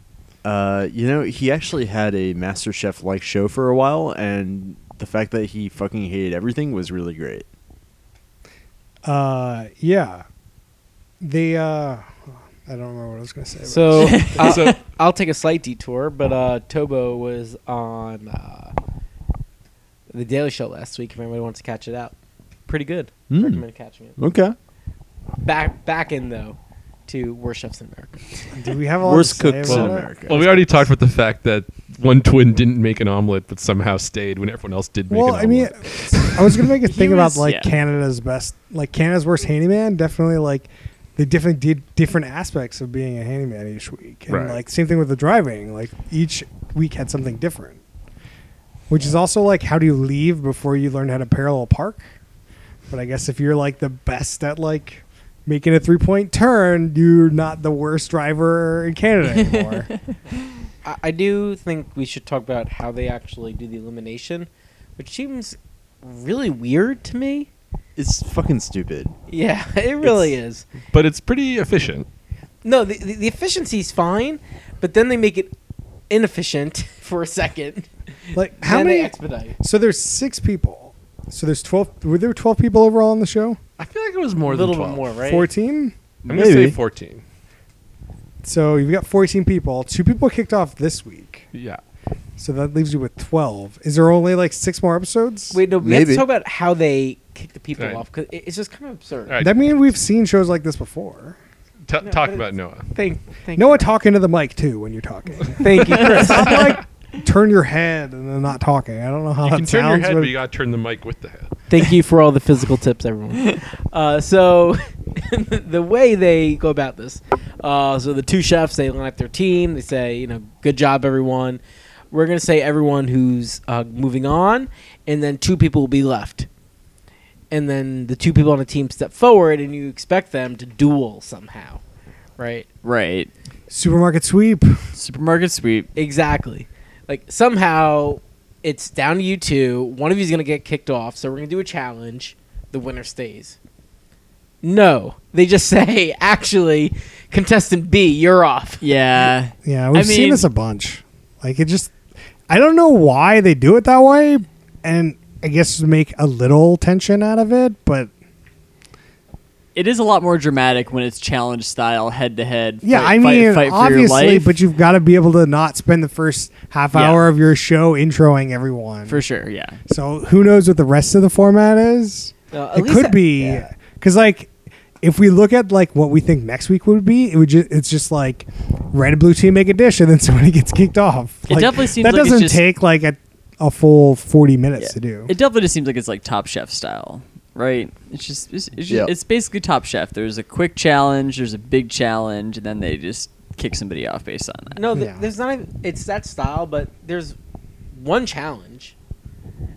[SPEAKER 5] Uh, you know, he actually had a Master Chef like show for a while, and the fact that he fucking hated everything was really great.
[SPEAKER 1] Uh, yeah. They uh, I don't remember what I was gonna say. but-
[SPEAKER 4] So, I'll,
[SPEAKER 3] So-
[SPEAKER 4] I'll take a slight detour, but uh, Tobo was on uh, the Daily Show last week. If anybody wants to catch it out, pretty good.
[SPEAKER 5] Mm.
[SPEAKER 4] Recommend catching it.
[SPEAKER 5] Okay.
[SPEAKER 4] Back back in though to worst chefs in America.
[SPEAKER 1] do we have a lot
[SPEAKER 5] Worst
[SPEAKER 1] to say
[SPEAKER 5] cooks in
[SPEAKER 1] about it?
[SPEAKER 5] America.
[SPEAKER 3] Well, we already talked about the fact that one twin didn't make an omelet, but somehow stayed when everyone else did make
[SPEAKER 1] Well,
[SPEAKER 3] an
[SPEAKER 1] I mean,
[SPEAKER 3] omelet.
[SPEAKER 1] I was gonna make a thing about
[SPEAKER 2] was-
[SPEAKER 1] like
[SPEAKER 2] yeah.
[SPEAKER 1] Canada's best, like Canada's worst handyman. Definitely, like they definitely did different aspects of being a handyman each week, and
[SPEAKER 3] Right.
[SPEAKER 1] like same thing with the driving. Like each week had something different, which is also like how do you leave before you learn how to parallel park? But I guess if you're like the best at like making a three point turn, you're not the worst driver in Canada anymore.
[SPEAKER 4] I, I do think we should talk about how they actually do the elimination, which seems really weird to me.
[SPEAKER 5] It's fucking stupid.
[SPEAKER 4] Yeah, it really is.
[SPEAKER 3] but it's pretty efficient.
[SPEAKER 4] No, the, the, the efficiency's fine, but then they make it inefficient for a second.
[SPEAKER 1] like how
[SPEAKER 4] Then
[SPEAKER 1] many?
[SPEAKER 4] they expedite?
[SPEAKER 1] so there's six people. So there's twelve. Were there twelve people overall on the show?
[SPEAKER 3] I feel like it was more
[SPEAKER 4] A
[SPEAKER 3] than
[SPEAKER 4] little bit
[SPEAKER 3] 12.
[SPEAKER 4] more, right?
[SPEAKER 1] 14
[SPEAKER 3] I'm going to say
[SPEAKER 5] Maybe.
[SPEAKER 3] 14.
[SPEAKER 1] so you've got 14 people two people kicked off this week
[SPEAKER 3] Yeah.
[SPEAKER 1] so that leaves you with 12 is there only like six more episodes
[SPEAKER 4] Wait, no, we have to
[SPEAKER 5] Maybe.
[SPEAKER 4] talk about how they kick the people
[SPEAKER 3] Right.
[SPEAKER 4] off because it's just kind of absurd.
[SPEAKER 3] All right.
[SPEAKER 1] that means we've seen shows like this before
[SPEAKER 3] T-
[SPEAKER 4] No,
[SPEAKER 3] talk
[SPEAKER 4] but
[SPEAKER 3] about Noah.
[SPEAKER 4] Thank, thank
[SPEAKER 1] Noah,
[SPEAKER 4] you.
[SPEAKER 1] talking to the mic too when you're talking.
[SPEAKER 4] Thank you, Chris.
[SPEAKER 1] Stop like turn your head and then not talking. I don't know how
[SPEAKER 3] You
[SPEAKER 1] that
[SPEAKER 3] can
[SPEAKER 1] sounds.
[SPEAKER 3] turn your head,
[SPEAKER 1] but-
[SPEAKER 3] but you gotta turn the mic with the head.
[SPEAKER 4] Thank you for all the physical tips, everyone. Uh, so, the way they go about this, uh, so the two chefs they line up their team. They say, you know, good job, everyone. We're gonna say everyone who's uh, moving on, and then two people will be left. And then the two people on the team step forward, and you expect them to duel somehow, right?
[SPEAKER 2] Right.
[SPEAKER 1] Supermarket sweep.
[SPEAKER 2] Supermarket sweep.
[SPEAKER 4] Exactly. Like somehow it's down to you two. One of you's gonna get kicked off, so we're gonna do a challenge. The winner stays. No, they just say actually, contestant B, you're off.
[SPEAKER 2] Yeah.
[SPEAKER 1] Yeah, we've seen
[SPEAKER 2] mean-
[SPEAKER 1] this a bunch. Like it just, I don't know why they do it that way, and I guess to make a little tension out of it. But
[SPEAKER 2] It is a lot more dramatic when it's challenge style, head to head.
[SPEAKER 1] yeah,
[SPEAKER 2] fight-
[SPEAKER 1] I mean,
[SPEAKER 2] fight, fight for your
[SPEAKER 1] obviously,
[SPEAKER 2] life.
[SPEAKER 1] but you've got to be able to not spend the first half
[SPEAKER 2] Yeah.
[SPEAKER 1] hour of your show introing everyone.
[SPEAKER 2] for sure, yeah.
[SPEAKER 1] So who knows what the rest of the format is?
[SPEAKER 4] Uh, at
[SPEAKER 1] it
[SPEAKER 4] least
[SPEAKER 1] could
[SPEAKER 4] I-
[SPEAKER 1] be
[SPEAKER 4] yeah.
[SPEAKER 1] because like if we look at like what we think next week would be, it would just it's just like red and blue team make a dish and then somebody gets kicked off.
[SPEAKER 2] It
[SPEAKER 1] Like,
[SPEAKER 2] definitely seems
[SPEAKER 1] that
[SPEAKER 2] like it's
[SPEAKER 1] doesn't
[SPEAKER 2] just-
[SPEAKER 1] take like a a full forty minutes
[SPEAKER 2] Yeah.
[SPEAKER 1] to do.
[SPEAKER 2] It definitely just seems like it's like Top Chef style, right? It's just it's, it's, just,
[SPEAKER 5] Yeah.
[SPEAKER 2] it's basically Top Chef. There's a quick challenge, there's a big challenge, and then they just kick somebody off based on that.
[SPEAKER 4] No, th-
[SPEAKER 1] Yeah.
[SPEAKER 4] there's not. Even, it's that style, but there's one challenge,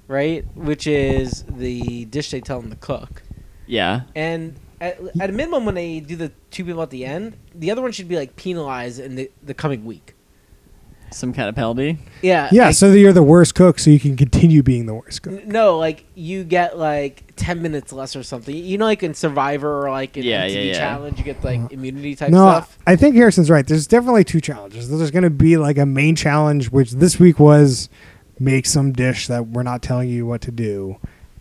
[SPEAKER 4] right? Which is the dish they tell them to cook.
[SPEAKER 2] Yeah.
[SPEAKER 4] And at, at a minimum, when they do the two people at the end, the other one should be like penalized in the, the coming week.
[SPEAKER 2] Some kind of penalty.
[SPEAKER 4] Yeah.
[SPEAKER 1] yeah,
[SPEAKER 4] like-
[SPEAKER 1] so that you're the worst cook, so you can continue being the worst cook.
[SPEAKER 4] N- No, like you get like ten minutes less or something. You know, like in Survivor or like in
[SPEAKER 2] Yeah,
[SPEAKER 4] MTV
[SPEAKER 2] yeah, yeah.
[SPEAKER 4] Challenge, you get like immunity type
[SPEAKER 1] Uh, No,
[SPEAKER 4] stuff.
[SPEAKER 1] I think Harrison's right. There's definitely two challenges. There's going to be like a main challenge, which this week was make some dish that we're not telling you what to do,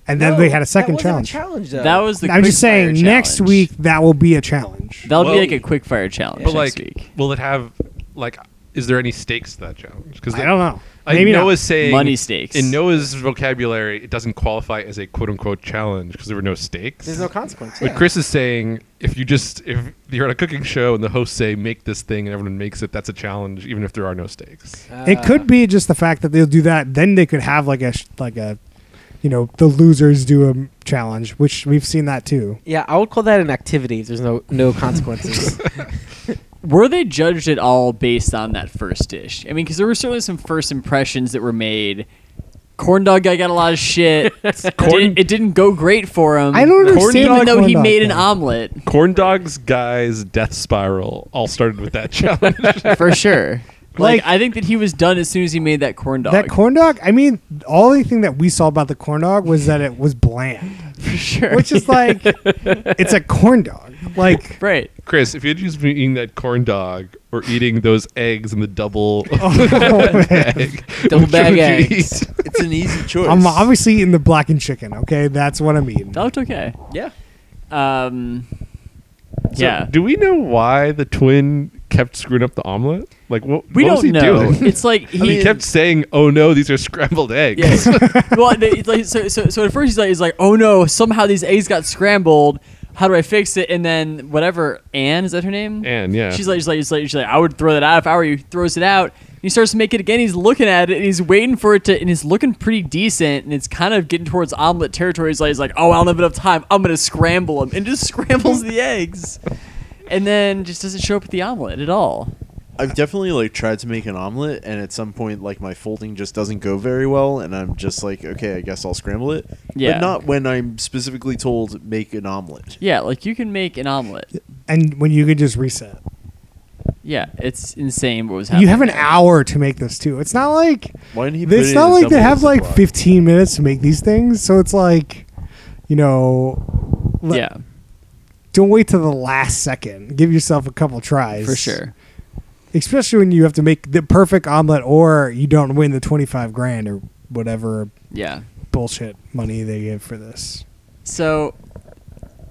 [SPEAKER 1] and then
[SPEAKER 4] No,
[SPEAKER 1] they had a second
[SPEAKER 4] that wasn't
[SPEAKER 1] challenge.
[SPEAKER 4] a challenge though.
[SPEAKER 2] That was the
[SPEAKER 1] I'm just
[SPEAKER 2] quick fire
[SPEAKER 1] saying, next
[SPEAKER 2] challenge.
[SPEAKER 1] week that will be a challenge.
[SPEAKER 2] That'll
[SPEAKER 3] Well-
[SPEAKER 2] be like a quick fire challenge
[SPEAKER 3] But
[SPEAKER 2] next
[SPEAKER 3] like,
[SPEAKER 2] week.
[SPEAKER 3] will it have like? Is there any stakes to that challenge? Because
[SPEAKER 1] I don't know.
[SPEAKER 3] Like
[SPEAKER 1] Maybe
[SPEAKER 3] Noah's
[SPEAKER 1] not.
[SPEAKER 3] saying
[SPEAKER 2] Money stakes.
[SPEAKER 3] In Noah's vocabulary, it doesn't qualify as a quote unquote challenge because there were no stakes.
[SPEAKER 4] There's no consequence.
[SPEAKER 3] but
[SPEAKER 4] yeah.
[SPEAKER 3] Chris is saying if you just if you're at a cooking show and the hosts say make this thing and everyone makes it, that's a challenge, even if there are no stakes.
[SPEAKER 2] uh,
[SPEAKER 1] It
[SPEAKER 4] Uh,
[SPEAKER 1] could be just the fact that they'll do that. Then they could have like a sh- like a, you know, the losers do a m- challenge, which we've seen that too.
[SPEAKER 4] Yeah, I would call that an activity. if There's no no consequences.
[SPEAKER 2] Were they judged at all based on that first dish? I mean, because there were certainly some first impressions that were made. Corn dog guy got a lot of shit. It didn't- it didn't go great for him.
[SPEAKER 1] I don't understand
[SPEAKER 2] Even
[SPEAKER 1] the
[SPEAKER 2] though
[SPEAKER 1] corn
[SPEAKER 2] he
[SPEAKER 1] dog
[SPEAKER 2] made an
[SPEAKER 1] guy.
[SPEAKER 2] omelet
[SPEAKER 3] Corn dogs, guys, death spiral all started with that challenge.
[SPEAKER 2] for sure. Like,
[SPEAKER 1] Like-
[SPEAKER 2] I think that he was done as soon as he made that corn dog.
[SPEAKER 1] That corn dog. I mean, all the thing that we saw about the corn dog was that it was bland,
[SPEAKER 2] for sure.
[SPEAKER 1] which is like, it's a corn dog. Like
[SPEAKER 2] right.
[SPEAKER 3] Chris, if you had just been eating that corn dog or eating those eggs in the double
[SPEAKER 4] Oh,
[SPEAKER 3] bag,
[SPEAKER 4] Double
[SPEAKER 3] which would
[SPEAKER 4] bag
[SPEAKER 3] you
[SPEAKER 4] eggs.
[SPEAKER 3] eat?
[SPEAKER 5] It's an easy choice.
[SPEAKER 1] I'm obviously eating the blackened chicken. Okay, that's what I'm eating.
[SPEAKER 2] That looked okay.
[SPEAKER 4] Yeah.
[SPEAKER 2] Um,
[SPEAKER 3] So,
[SPEAKER 2] yeah.
[SPEAKER 3] Do we know why the twin kept screwing up the omelet? Like, what,
[SPEAKER 2] we
[SPEAKER 3] what
[SPEAKER 2] don't
[SPEAKER 3] was he
[SPEAKER 2] know.
[SPEAKER 3] doing?
[SPEAKER 2] It's like he,
[SPEAKER 3] I mean, he kept saying, "Oh no, these are scrambled eggs."
[SPEAKER 2] Yeah. well, they, it's like, so, so, so at first he's like, he's like, oh no, somehow these eggs got scrambled. How do I fix it? And then whatever, Anne is that her name?
[SPEAKER 3] Anne, yeah.
[SPEAKER 2] She's like, she's like, she's like, she's like, I would throw that out if I were you. He Throws it out. He starts to make it again. He's looking at it. And he's waiting for it to, and it's looking pretty decent. And it's kind of getting towards omelet territory. He's like, he's like, oh, I don't have enough time. I'm gonna scramble them, and just scrambles the eggs, and then just doesn't show up at the omelet at all.
[SPEAKER 5] I've definitely like tried to make an omelet, and at some point, like my folding just doesn't go very well, and I'm just like, okay, I guess I'll scramble it.
[SPEAKER 2] Yeah.
[SPEAKER 5] But not when I'm specifically told make an omelet.
[SPEAKER 2] Yeah, like you can make an omelet.
[SPEAKER 1] And when you can just reset.
[SPEAKER 2] Yeah, it's insane what was happening.
[SPEAKER 1] you have an
[SPEAKER 2] there.
[SPEAKER 1] hour to make this too. It's not like
[SPEAKER 5] Why didn't he? put it
[SPEAKER 1] it's
[SPEAKER 5] in
[SPEAKER 1] not
[SPEAKER 5] a
[SPEAKER 1] like they
[SPEAKER 5] double
[SPEAKER 1] have like
[SPEAKER 5] Ziploc?
[SPEAKER 1] 15 minutes to make these things. So it's like, you know, le-
[SPEAKER 2] Yeah.
[SPEAKER 1] Don't wait to the last second. Give yourself a couple tries
[SPEAKER 2] For sure.
[SPEAKER 1] especially when you have to make the perfect omelet or you don't win the 25 grand or whatever
[SPEAKER 2] Yeah.
[SPEAKER 1] bullshit money they give for this.
[SPEAKER 2] So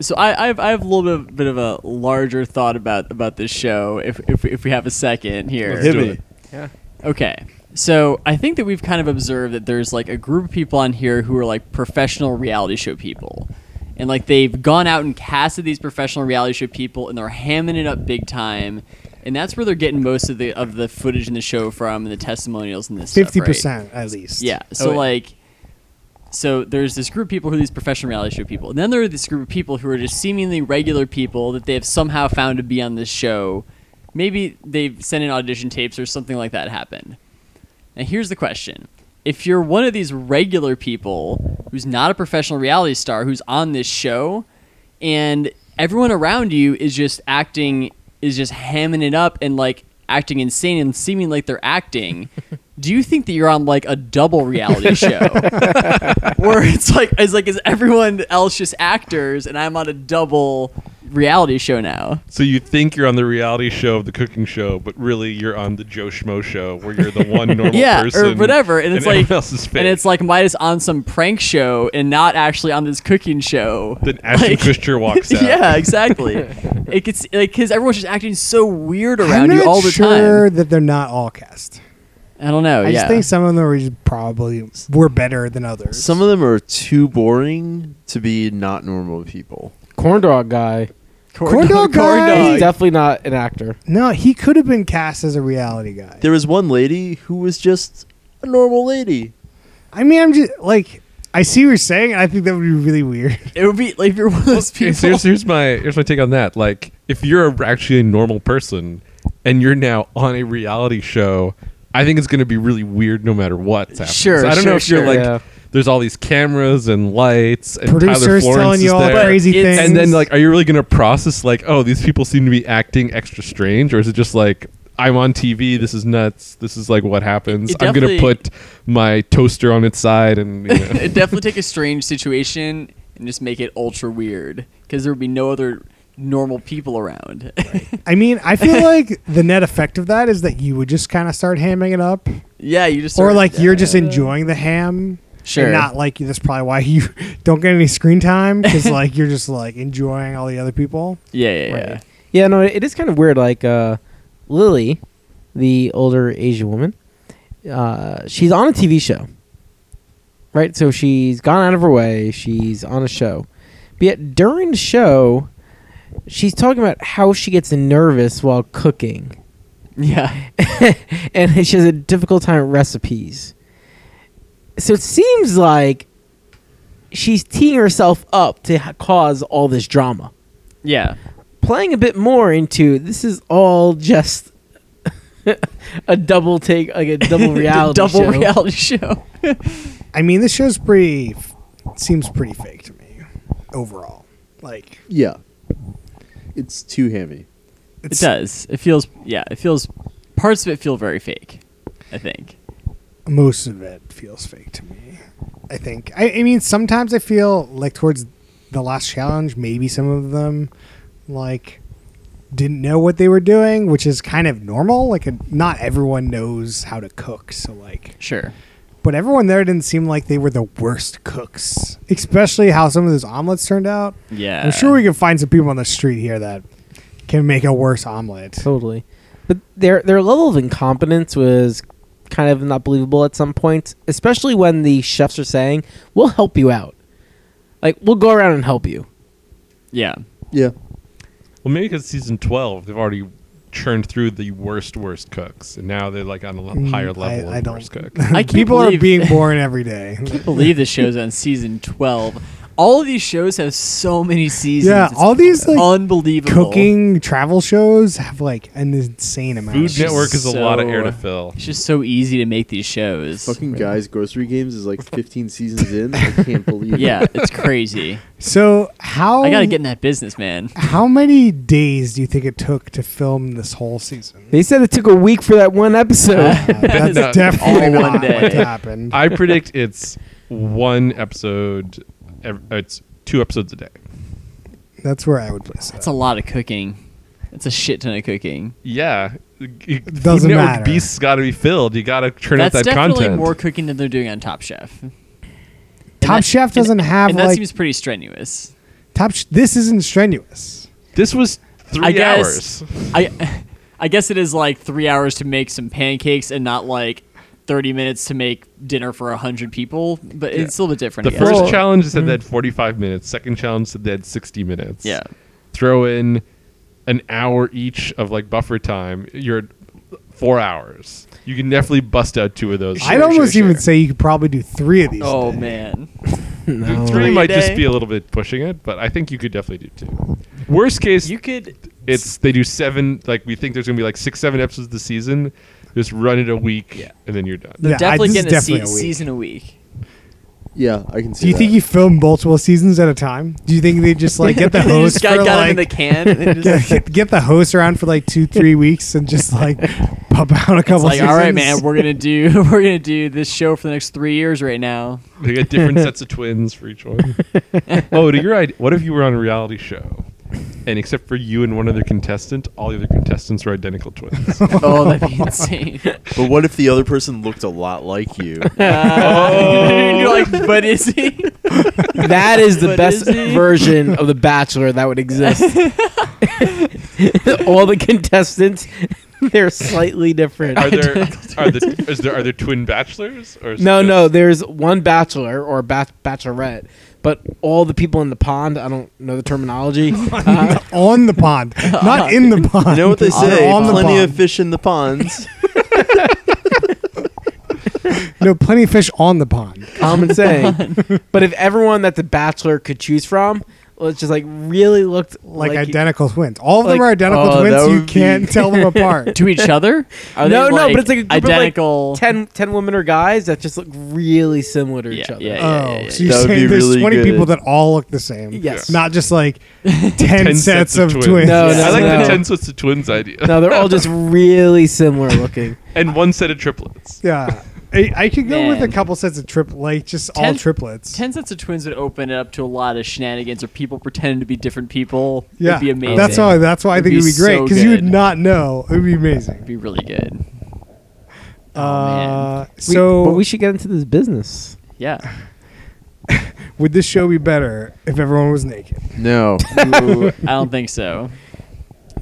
[SPEAKER 2] so I, I have I have a little bit of, bit of a larger thought about about this show if if, if we have a second here.
[SPEAKER 5] Hit me.
[SPEAKER 3] it.
[SPEAKER 2] Okay. So I think that we've kind of observed that there's like a group of people on here who are like professional reality show people. and like they've gone out and casted these professional reality show people, and they're hamming it up big time. And that's where they're getting most of the of the footage in the show from, and the testimonials and this. stuff, right?
[SPEAKER 1] Fifty percent at least.
[SPEAKER 2] Yeah. So
[SPEAKER 4] Oh, yeah.
[SPEAKER 2] like, so there's this group of people who are these professional reality show people, and then there are this group of people who are just seemingly regular people that they have somehow found to be on this show. Maybe they've sent in audition tapes or something like that happened. Now here's the question: If you're one of these regular people who's not a professional reality star who's on this show, and everyone around you is just acting is just hamming it up and like acting insane and seeming like they're acting do you think that you're on like a double reality show where it's like it's like is everyone else just actors and i'm on a double reality show now
[SPEAKER 3] So you think you're on the reality show of the cooking show, but really you're on the Joe Schmo show where you're the one normal
[SPEAKER 2] yeah
[SPEAKER 3] person.
[SPEAKER 2] or whatever and it's
[SPEAKER 3] everyone
[SPEAKER 2] like
[SPEAKER 3] else is fake.
[SPEAKER 2] and it's like midas on some prank show and not actually on this cooking show
[SPEAKER 3] then Ashton
[SPEAKER 2] like-
[SPEAKER 3] Kutcher walks out.
[SPEAKER 2] yeah exactly it gets like because everyone's just acting so weird
[SPEAKER 1] I'm
[SPEAKER 2] around
[SPEAKER 1] not
[SPEAKER 2] you all the
[SPEAKER 1] sure
[SPEAKER 2] time
[SPEAKER 1] that they're not all cast.
[SPEAKER 2] i don't know
[SPEAKER 1] I
[SPEAKER 2] yeah
[SPEAKER 1] just think some of them were just probably were better than others.
[SPEAKER 5] Some of them are too boring to be not normal people.
[SPEAKER 4] Corn dog guy.
[SPEAKER 1] corn dog guy.
[SPEAKER 4] He's definitely not an actor.
[SPEAKER 1] no, he could have been cast as a reality guy.
[SPEAKER 5] There was one lady who was just a normal lady.
[SPEAKER 1] I mean, I'm just like I see what you're saying. and I think that would be really weird.
[SPEAKER 2] it would be like if you're one of those
[SPEAKER 3] Okay,
[SPEAKER 2] people
[SPEAKER 3] so here's, here's my here's my take on that. Like, if you're a- actually a normal person and you're now on a reality show, I think it's going to be really weird no matter what's happening.
[SPEAKER 2] Sure,
[SPEAKER 3] So I don't
[SPEAKER 2] sure,
[SPEAKER 3] know if you're
[SPEAKER 2] sure.
[SPEAKER 3] like
[SPEAKER 4] Yeah.
[SPEAKER 3] there's all these cameras and lights and Tyler
[SPEAKER 1] Producers
[SPEAKER 3] Florence
[SPEAKER 1] telling
[SPEAKER 3] is
[SPEAKER 1] you all
[SPEAKER 3] there.
[SPEAKER 1] crazy
[SPEAKER 2] But
[SPEAKER 1] things,
[SPEAKER 2] it's-
[SPEAKER 3] And then like, are you really going to process like, oh, these people seem to be acting extra strange, or is it just like? I'm on TV. This is nuts. This is like what happens.
[SPEAKER 2] It
[SPEAKER 3] I'm gonna
[SPEAKER 2] definitely-
[SPEAKER 3] put my toaster on its side, and you know.
[SPEAKER 2] It'd definitely take a strange situation and just make it ultra weird because there would be no other normal people around.
[SPEAKER 1] I mean, I feel like the net effect of that is that you would just kind of start hamming it up,
[SPEAKER 2] yeah, you just
[SPEAKER 1] or
[SPEAKER 2] sort of-
[SPEAKER 1] like you're just enjoying the ham.
[SPEAKER 2] Sure.
[SPEAKER 1] And not like that's probably why you don't get any screen time because like you're just like enjoying all the other people.
[SPEAKER 2] yeah yeah yeah.
[SPEAKER 4] Right. Yeah, no, it is kind of weird. Like uh, Lily, the older Asian woman, uh, she's on a TV show, right? So she's gone out of her way. She's on a show, but yet during the show, she's talking about how she gets nervous while cooking,
[SPEAKER 2] yeah.
[SPEAKER 4] and she has a difficult time with recipes. So it seems like she's teeing herself up to ha- cause all this drama
[SPEAKER 2] Yeah.
[SPEAKER 4] playing a bit more into this is all just a double take, like a double
[SPEAKER 2] The
[SPEAKER 4] reality
[SPEAKER 2] double
[SPEAKER 4] show.
[SPEAKER 2] reality show.
[SPEAKER 1] I mean, this show's pretty seems pretty fake to me overall. Like
[SPEAKER 5] Yeah. It's too hammy.
[SPEAKER 2] It
[SPEAKER 1] it's,
[SPEAKER 2] does. It feels yeah. It feels parts of it feel very fake. I think.
[SPEAKER 1] most of it feels fake to me. I think. I, I mean, sometimes I feel like towards the last challenge, maybe some of them like didn't know what they were doing, which is kind of normal. Like, uh, not everyone knows how to cook, so like,
[SPEAKER 2] Sure.
[SPEAKER 1] but everyone there didn't seem like they were the worst cooks, especially how some of those omelets turned out.
[SPEAKER 2] Yeah.
[SPEAKER 1] I'm sure we can find some people on the street here that can make a worse omelet.
[SPEAKER 4] Totally. But their their level of incompetence was kind of not believable at some points, especially when the chefs are saying, "We'll help you out." Like we'll go around and help you.
[SPEAKER 2] Yeah.
[SPEAKER 5] Yeah.
[SPEAKER 3] Well, maybe because season twelve, they've already churned through the worst, worst cooks, and now they're like on a l-
[SPEAKER 1] Mm,
[SPEAKER 3] higher
[SPEAKER 1] I-
[SPEAKER 3] level
[SPEAKER 1] I
[SPEAKER 3] of
[SPEAKER 1] don't-
[SPEAKER 3] worst cook.
[SPEAKER 2] I can't
[SPEAKER 1] people are
[SPEAKER 2] believe-
[SPEAKER 1] being born every day.
[SPEAKER 2] believe the show's on season twelve. All of these shows have so many seasons.
[SPEAKER 1] Yeah,
[SPEAKER 2] It's
[SPEAKER 1] all these like
[SPEAKER 2] unbelievable.
[SPEAKER 1] cooking travel shows have like an insane amount.
[SPEAKER 3] Food
[SPEAKER 1] of
[SPEAKER 3] Network is a lot of
[SPEAKER 2] so- uh,
[SPEAKER 3] air to fill.
[SPEAKER 2] It's just so easy to make these shows.
[SPEAKER 5] Fucking guys, grocery games is like 15 seasons in. I can't believe
[SPEAKER 2] yeah, it's crazy.
[SPEAKER 1] So how
[SPEAKER 2] I gotta get in that business, man.
[SPEAKER 1] how many days do you think it took to film this whole season?
[SPEAKER 4] They said it took a week for that one episode.
[SPEAKER 1] Uh, that's
[SPEAKER 3] No,
[SPEAKER 1] definitely
[SPEAKER 2] all
[SPEAKER 1] not
[SPEAKER 2] one day.
[SPEAKER 1] what happened.
[SPEAKER 3] I predict it's one episode. ev- It's two episodes a day.
[SPEAKER 1] that's where I would place it.
[SPEAKER 2] That's a lot of cooking. That's a shit ton of cooking.
[SPEAKER 3] Yeah, it
[SPEAKER 1] doesn't
[SPEAKER 3] Food
[SPEAKER 1] matter.
[SPEAKER 3] Network beast's got to be filled. You got to churn
[SPEAKER 2] That's
[SPEAKER 3] out that
[SPEAKER 2] definitely
[SPEAKER 3] content.
[SPEAKER 2] more cooking than they're doing on Top Chef. And
[SPEAKER 1] Top
[SPEAKER 2] that-
[SPEAKER 1] Chef
[SPEAKER 2] and-
[SPEAKER 1] doesn't have
[SPEAKER 2] And that
[SPEAKER 1] like
[SPEAKER 2] seems pretty strenuous.
[SPEAKER 1] Top. Ch- this isn't strenuous.
[SPEAKER 3] This was three
[SPEAKER 2] I guess-
[SPEAKER 3] hours.
[SPEAKER 2] I, I guess it is like three hours to make some pancakes and not like 30 minutes to make dinner for 100 people, but it's a little bit different.
[SPEAKER 3] The
[SPEAKER 2] I guess.
[SPEAKER 3] first
[SPEAKER 4] Well-
[SPEAKER 3] challenge said they had 45 minutes. Second challenge said they had 60 minutes.
[SPEAKER 2] Yeah.
[SPEAKER 3] Throw in an hour each of like buffer time. You're at four hours. You can definitely bust out two of those.
[SPEAKER 1] I'd almost even say you could probably do three of these.
[SPEAKER 2] Oh,
[SPEAKER 1] today.
[SPEAKER 2] man.
[SPEAKER 3] Th-
[SPEAKER 2] Three
[SPEAKER 3] Three
[SPEAKER 2] a
[SPEAKER 3] might just
[SPEAKER 2] day.
[SPEAKER 3] be a little bit pushing it, but I think you could definitely do two. Worst case,
[SPEAKER 2] You could.
[SPEAKER 3] it's they do seven. Like we think there's gonna be like six, seven episodes this season. Just run it a week, and then you're done.
[SPEAKER 2] They're
[SPEAKER 1] Yeah, I-
[SPEAKER 2] definitely
[SPEAKER 1] this is
[SPEAKER 2] getting a, se-
[SPEAKER 1] definitely a week.
[SPEAKER 2] season a week.
[SPEAKER 5] Yeah, I can see.
[SPEAKER 1] Do you think you film multiple seasons at a time? Do you think they just like get the
[SPEAKER 2] They
[SPEAKER 1] host
[SPEAKER 2] just got,
[SPEAKER 1] for
[SPEAKER 2] got
[SPEAKER 1] like
[SPEAKER 2] him in the can. And just,
[SPEAKER 1] get, get the host around for like two, three weeks and just like pump out a
[SPEAKER 2] it's
[SPEAKER 1] couple.
[SPEAKER 2] like, all right, man,
[SPEAKER 1] seasons?
[SPEAKER 2] we're gonna do we're gonna do this show for the next three years right now.
[SPEAKER 3] They get different sets of twins for each one. oh, to your idea, what if you were on a reality show, and except for you and one other contestant, all the other contestants were identical twins?
[SPEAKER 2] Oh, that'd be insane.
[SPEAKER 5] But what if the other person looked a lot like you?
[SPEAKER 2] Uh, you're like,
[SPEAKER 1] Oh.
[SPEAKER 2] but is he?
[SPEAKER 4] That is the
[SPEAKER 2] But is
[SPEAKER 4] best
[SPEAKER 2] he?
[SPEAKER 4] version of The Bachelor that would exist. All the contestants, they're slightly different.
[SPEAKER 3] Are there are the is there are there twin bachelors or is it
[SPEAKER 4] No,
[SPEAKER 3] just-
[SPEAKER 4] no. There's one bachelor or ba- bachelorette, but all the people in the pond. I don't know the terminology. Uh,
[SPEAKER 1] on the pond, not in the pond.
[SPEAKER 5] You know what they
[SPEAKER 1] They're
[SPEAKER 5] say?
[SPEAKER 1] On the
[SPEAKER 5] Plenty
[SPEAKER 1] pond.
[SPEAKER 5] of fish in the ponds.
[SPEAKER 1] No, plenty of fish on the pond.
[SPEAKER 4] common saying. But if everyone that's a bachelor could choose from, well, it's just like really looked
[SPEAKER 1] Like,
[SPEAKER 4] like,
[SPEAKER 1] identical twins. All of them
[SPEAKER 4] like-
[SPEAKER 1] are identical
[SPEAKER 5] Oh,
[SPEAKER 1] twins.
[SPEAKER 5] that
[SPEAKER 1] You
[SPEAKER 5] would be-
[SPEAKER 1] can't tell them apart.
[SPEAKER 2] to each other? Are
[SPEAKER 4] no,
[SPEAKER 2] they,
[SPEAKER 4] no,
[SPEAKER 2] like,
[SPEAKER 4] but it's like a group of, like,
[SPEAKER 2] identical.
[SPEAKER 4] 10, 10 women or guys that just look really similar to each
[SPEAKER 2] Yeah,
[SPEAKER 4] other.
[SPEAKER 1] Oh,
[SPEAKER 2] yeah, yeah, yeah.
[SPEAKER 1] so you're
[SPEAKER 5] That would
[SPEAKER 1] saying
[SPEAKER 5] be
[SPEAKER 1] there's
[SPEAKER 5] really
[SPEAKER 1] 20
[SPEAKER 5] good.
[SPEAKER 1] people that all look the same?
[SPEAKER 4] Yes.
[SPEAKER 1] Not just like 10, sets, of twins.
[SPEAKER 4] No,
[SPEAKER 3] I
[SPEAKER 4] no,
[SPEAKER 3] like the
[SPEAKER 4] no.
[SPEAKER 3] ten sets of twins idea,
[SPEAKER 4] No, they're all just really similar looking.
[SPEAKER 3] and one set of triplets.
[SPEAKER 1] Yeah. I, I could go with
[SPEAKER 2] Man.
[SPEAKER 1] a couple sets of triplet, like just all
[SPEAKER 2] Ten-
[SPEAKER 1] triplets.
[SPEAKER 2] Ten sets of twins would open it up to a lot of shenanigans or people pretending to be different people.
[SPEAKER 1] yeah.
[SPEAKER 2] It'd be amazing.
[SPEAKER 1] That's why. That's why I
[SPEAKER 2] It'd
[SPEAKER 1] think
[SPEAKER 2] be
[SPEAKER 1] it'd be great
[SPEAKER 2] so
[SPEAKER 1] because you would
[SPEAKER 2] good.
[SPEAKER 1] not know. It would be
[SPEAKER 2] It'd
[SPEAKER 1] amazing.
[SPEAKER 2] be really good. Oh,
[SPEAKER 1] uh,
[SPEAKER 2] man.
[SPEAKER 1] so
[SPEAKER 4] we, but we should get into this business.
[SPEAKER 2] Yeah.
[SPEAKER 1] would this show be better if everyone was naked?
[SPEAKER 5] No.
[SPEAKER 2] Ooh, I don't think so.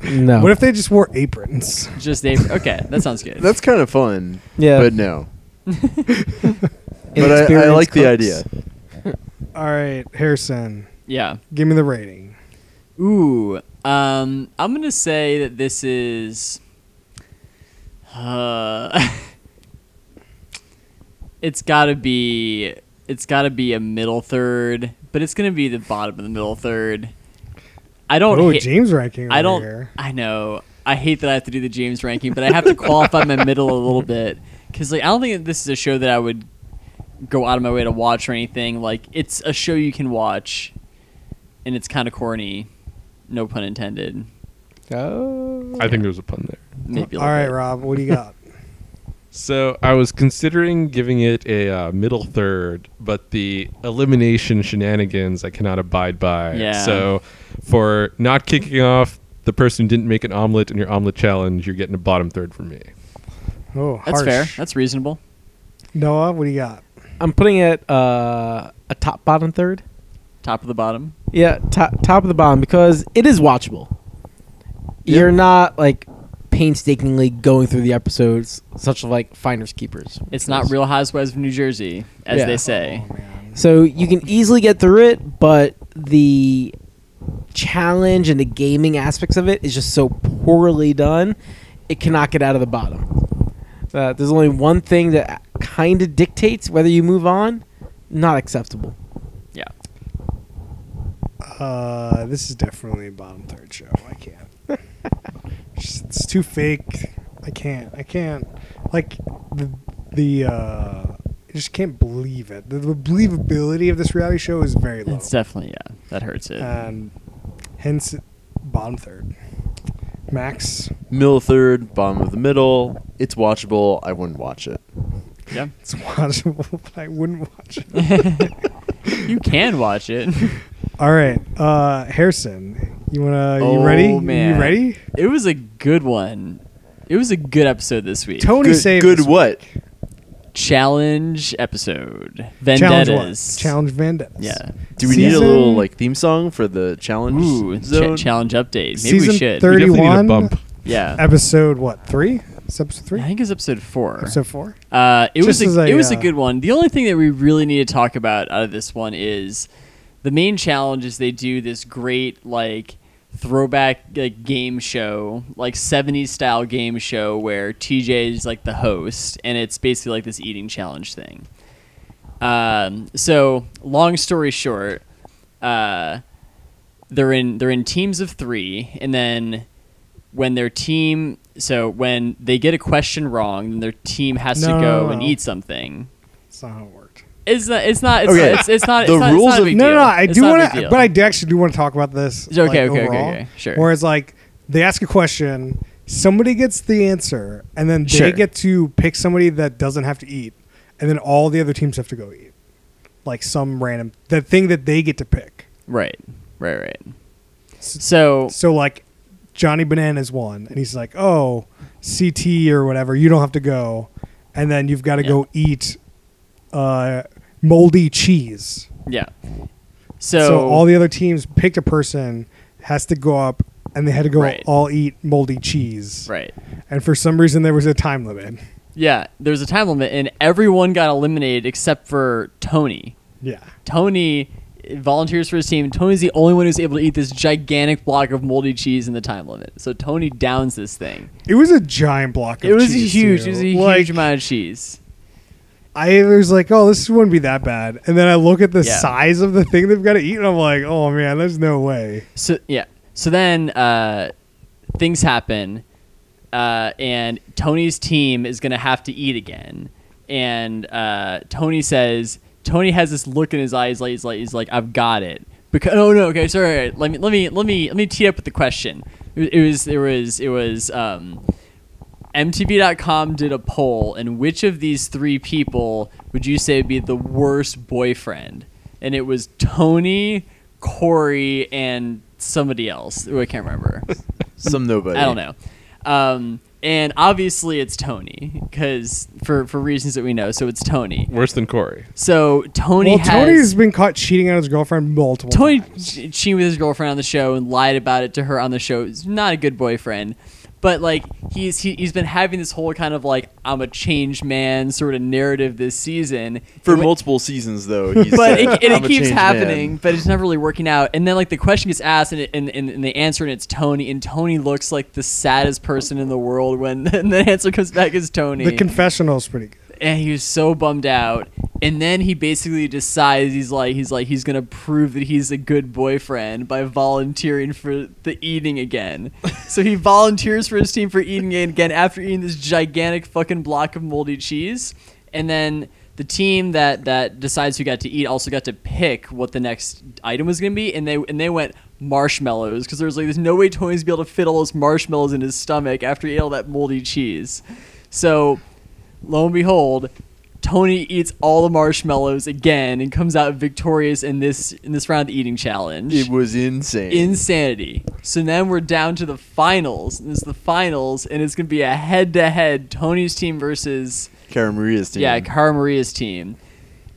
[SPEAKER 4] No.
[SPEAKER 2] Oh.
[SPEAKER 1] What if they just wore aprons?
[SPEAKER 2] Just they. Okay, that sounds good.
[SPEAKER 5] That's kind of fun.
[SPEAKER 4] Yeah.
[SPEAKER 5] But no. But I, I like the idea.
[SPEAKER 1] All right, Harrison,
[SPEAKER 2] yeah.
[SPEAKER 1] give me the rating.
[SPEAKER 2] Ooh, um, I'm gonna say that this is. Uh, it's gotta be. It's gotta be a middle third, but it's gonna be the bottom of the middle third. I don't.
[SPEAKER 1] Oh,
[SPEAKER 2] ha-
[SPEAKER 1] James ranking. Over
[SPEAKER 2] I don't.
[SPEAKER 1] Here.
[SPEAKER 2] I know. I hate that I have to do the James ranking, but I have to qualify my middle a little bit because, like, I don't think that this is a show that I would go out of my way to watch or anything. Like, it's a show you can watch, and it's kind of corny, no pun intended.
[SPEAKER 4] Oh.
[SPEAKER 3] I think there was a pun there.
[SPEAKER 2] Maybe. a
[SPEAKER 1] All right,
[SPEAKER 2] little
[SPEAKER 1] Rob, what do you got?
[SPEAKER 3] So I was considering giving it a uh, middle third, but the elimination shenanigans I cannot abide by.
[SPEAKER 2] Yeah.
[SPEAKER 3] So for not kicking off the person who didn't make an omelet in your omelet challenge, you're getting a bottom third from me.
[SPEAKER 1] Oh,
[SPEAKER 2] bit. That's
[SPEAKER 1] harsh.
[SPEAKER 2] fair. That's reasonable.
[SPEAKER 1] Noah, what do you got?
[SPEAKER 4] I'm putting it uh, a top, bottom, third.
[SPEAKER 2] Top of the bottom.
[SPEAKER 4] Yeah, top, top of the bottom because it is watchable. You're not like painstakingly going through the episodes, such as like finders keepers.
[SPEAKER 2] It's not Real Housewives of New Jersey, as
[SPEAKER 4] Yeah.
[SPEAKER 2] they say.
[SPEAKER 1] Oh, man.
[SPEAKER 4] So you can easily get through it, but the challenge and the gaming aspects of it is just so poorly done, it cannot get out of the bottom. Uh, there's only one thing that kind of dictates whether you move on. Not acceptable.
[SPEAKER 2] Yeah.
[SPEAKER 1] Uh, this is definitely a bottom third show. I can't. It's it's too fake. I can't. I can't. Like the the. Uh, I just can't believe it. The, the believability of this reality show is very low,
[SPEAKER 2] It's definitely yeah. That hurts it.
[SPEAKER 1] and hence bottom third. Max,
[SPEAKER 5] Middle third, bottom of the middle. It's watchable. I wouldn't watch it.
[SPEAKER 2] yeah.
[SPEAKER 1] it's watchable, but I wouldn't watch it.
[SPEAKER 2] You can watch it.
[SPEAKER 1] All right, uh, Harrison, you wanna?
[SPEAKER 2] Oh,
[SPEAKER 1] you ready?
[SPEAKER 2] man.
[SPEAKER 1] You ready?
[SPEAKER 2] It was a good one. It was a good episode this week.
[SPEAKER 1] Tony
[SPEAKER 5] Good,
[SPEAKER 1] saved
[SPEAKER 5] good
[SPEAKER 1] this
[SPEAKER 5] what?
[SPEAKER 2] challenge episode.
[SPEAKER 1] Challenge
[SPEAKER 2] Vendettas.
[SPEAKER 1] what? Challenge vendettas.
[SPEAKER 2] Yeah.
[SPEAKER 5] Do we need a
[SPEAKER 1] Season-
[SPEAKER 5] little like theme song for the challenge
[SPEAKER 2] Ooh,
[SPEAKER 5] zone?
[SPEAKER 2] ch- challenge update. Maybe
[SPEAKER 1] Season
[SPEAKER 2] we should.
[SPEAKER 1] thirty-
[SPEAKER 3] We definitely need a
[SPEAKER 1] 31.
[SPEAKER 3] bump.
[SPEAKER 2] Yeah.
[SPEAKER 1] Episode what? Three? It's episode three.
[SPEAKER 2] I think it was episode four.
[SPEAKER 1] Episode four.
[SPEAKER 2] Uh, it
[SPEAKER 1] Just
[SPEAKER 2] was
[SPEAKER 1] as
[SPEAKER 2] a,
[SPEAKER 1] I,
[SPEAKER 2] it was a
[SPEAKER 1] uh,
[SPEAKER 2] good one. The only thing that we really need to talk about out of this one is the main challenge is they do this great like throwback like game show, like 70s style game show where TJ is like the host and it's basically like this eating challenge thing. Um, so long story short, uh, they're in they're in teams of three, and then when their team so when they get a question wrong, then their team has
[SPEAKER 1] No,
[SPEAKER 2] to go
[SPEAKER 1] no,
[SPEAKER 2] and
[SPEAKER 1] no.
[SPEAKER 2] eat something.
[SPEAKER 1] That's not how it worked.
[SPEAKER 2] It's not. It's not. It's,
[SPEAKER 5] Okay.
[SPEAKER 2] it's, it's not. It's
[SPEAKER 5] The
[SPEAKER 2] not,
[SPEAKER 5] rules
[SPEAKER 2] it's not a
[SPEAKER 5] of-
[SPEAKER 2] big
[SPEAKER 1] No, no,
[SPEAKER 2] deal.
[SPEAKER 1] no, I
[SPEAKER 2] It's
[SPEAKER 1] do
[SPEAKER 2] not a
[SPEAKER 1] want
[SPEAKER 2] big
[SPEAKER 1] to,
[SPEAKER 2] deal.
[SPEAKER 1] but I do actually do want to talk about this.
[SPEAKER 2] Okay, okay, okay,
[SPEAKER 1] overall,
[SPEAKER 2] okay, sure.
[SPEAKER 1] Where it's like they ask a question, somebody gets the answer, and then they
[SPEAKER 2] Sure.
[SPEAKER 1] get to pick somebody that doesn't have to eat, and then all the other teams have to go eat, like some random the thing that they get to pick.
[SPEAKER 2] right, right, right. So
[SPEAKER 1] So like Johnny Bananas won, and he's like, "Oh, CT or whatever, you don't have to go," and then you've got to
[SPEAKER 2] Yeah.
[SPEAKER 1] go eat uh, moldy cheese.
[SPEAKER 2] yeah. So,
[SPEAKER 1] So, all the other teams picked a person has to go up, and they had to go
[SPEAKER 2] Right.
[SPEAKER 1] all eat moldy cheese.
[SPEAKER 2] right.
[SPEAKER 1] And for some reason, there was a time limit.
[SPEAKER 2] Yeah, there was a time limit, and everyone got eliminated except for Tony.
[SPEAKER 1] Yeah.
[SPEAKER 2] Tony volunteers for his team. Tony's the only one who's able to eat this gigantic block of moldy cheese in the time limit. So Tony downs this thing.
[SPEAKER 1] It was a giant block of
[SPEAKER 2] It was
[SPEAKER 1] cheese,
[SPEAKER 2] huge.
[SPEAKER 1] too.
[SPEAKER 2] It was a
[SPEAKER 1] Like,
[SPEAKER 2] huge amount of cheese.
[SPEAKER 1] I was like, oh, this wouldn't be that bad. And then I look at the
[SPEAKER 2] Yeah.
[SPEAKER 1] size of the thing they've got to eat, and I'm like, oh, man, there's no way.
[SPEAKER 2] So yeah. So then uh, things happen, uh, and Tony's team is gonna have to eat again. And uh, Tony says, Tony has this look in his eyes, like he's like, he's like I've got it. Because oh no, okay, sorry. Let me let me let me let me tee up with the question. It, it was it was it was. Um, MTV.com did a poll, and which of these three people would you say would be the worst boyfriend? And it was Tony, Corey, and somebody else who I can't remember.
[SPEAKER 5] Some nobody.
[SPEAKER 2] I don't know. Um, and obviously it's Tony because for for reasons that we know, so it's Tony.
[SPEAKER 3] Worse than Corey.
[SPEAKER 2] So Tony
[SPEAKER 1] well,
[SPEAKER 2] has
[SPEAKER 1] Tony's been caught cheating on his girlfriend multiple
[SPEAKER 2] Tony
[SPEAKER 1] times.
[SPEAKER 2] ch- cheated with his girlfriend on the show and lied about it to her on the show. He's not a good boyfriend. But like he's he, he's been having this whole kind of like I'm a changed man sort of narrative this season.
[SPEAKER 5] For
[SPEAKER 2] And when-
[SPEAKER 5] multiple seasons, though, he's
[SPEAKER 2] but
[SPEAKER 5] said,
[SPEAKER 2] it, and
[SPEAKER 5] "I'm
[SPEAKER 2] it
[SPEAKER 5] a
[SPEAKER 2] keeps
[SPEAKER 5] changed man."
[SPEAKER 2] happening, but it's never really working out. And then like the question gets asked, and, it, and, and and they answer, and it's Tony, and Tony looks like the saddest person in the world when and the answer comes back is Tony
[SPEAKER 1] The confessional's pretty good.
[SPEAKER 2] and he was so bummed out and then he basically decides he's like he's like he's gonna prove that he's a good boyfriend by volunteering for the eating again so he volunteers for his team for eating again after eating this gigantic fucking block of moldy cheese and then the team that that decides who got to eat also got to pick what the next item was gonna be and they and they went marshmallows because there was like there's no way tony's gonna be able to fit all those marshmallows in his stomach after he ate all that moldy cheese so lo and behold, Tony eats all the marshmallows again and comes out victorious in this in this round of the eating challenge.
[SPEAKER 5] It was insane.
[SPEAKER 2] Insanity. So then we're down to the finals. And it's the finals, and it's gonna be a head to head Tony's team versus
[SPEAKER 5] Cara Maria's team.
[SPEAKER 2] yeah, Cara Maria's team.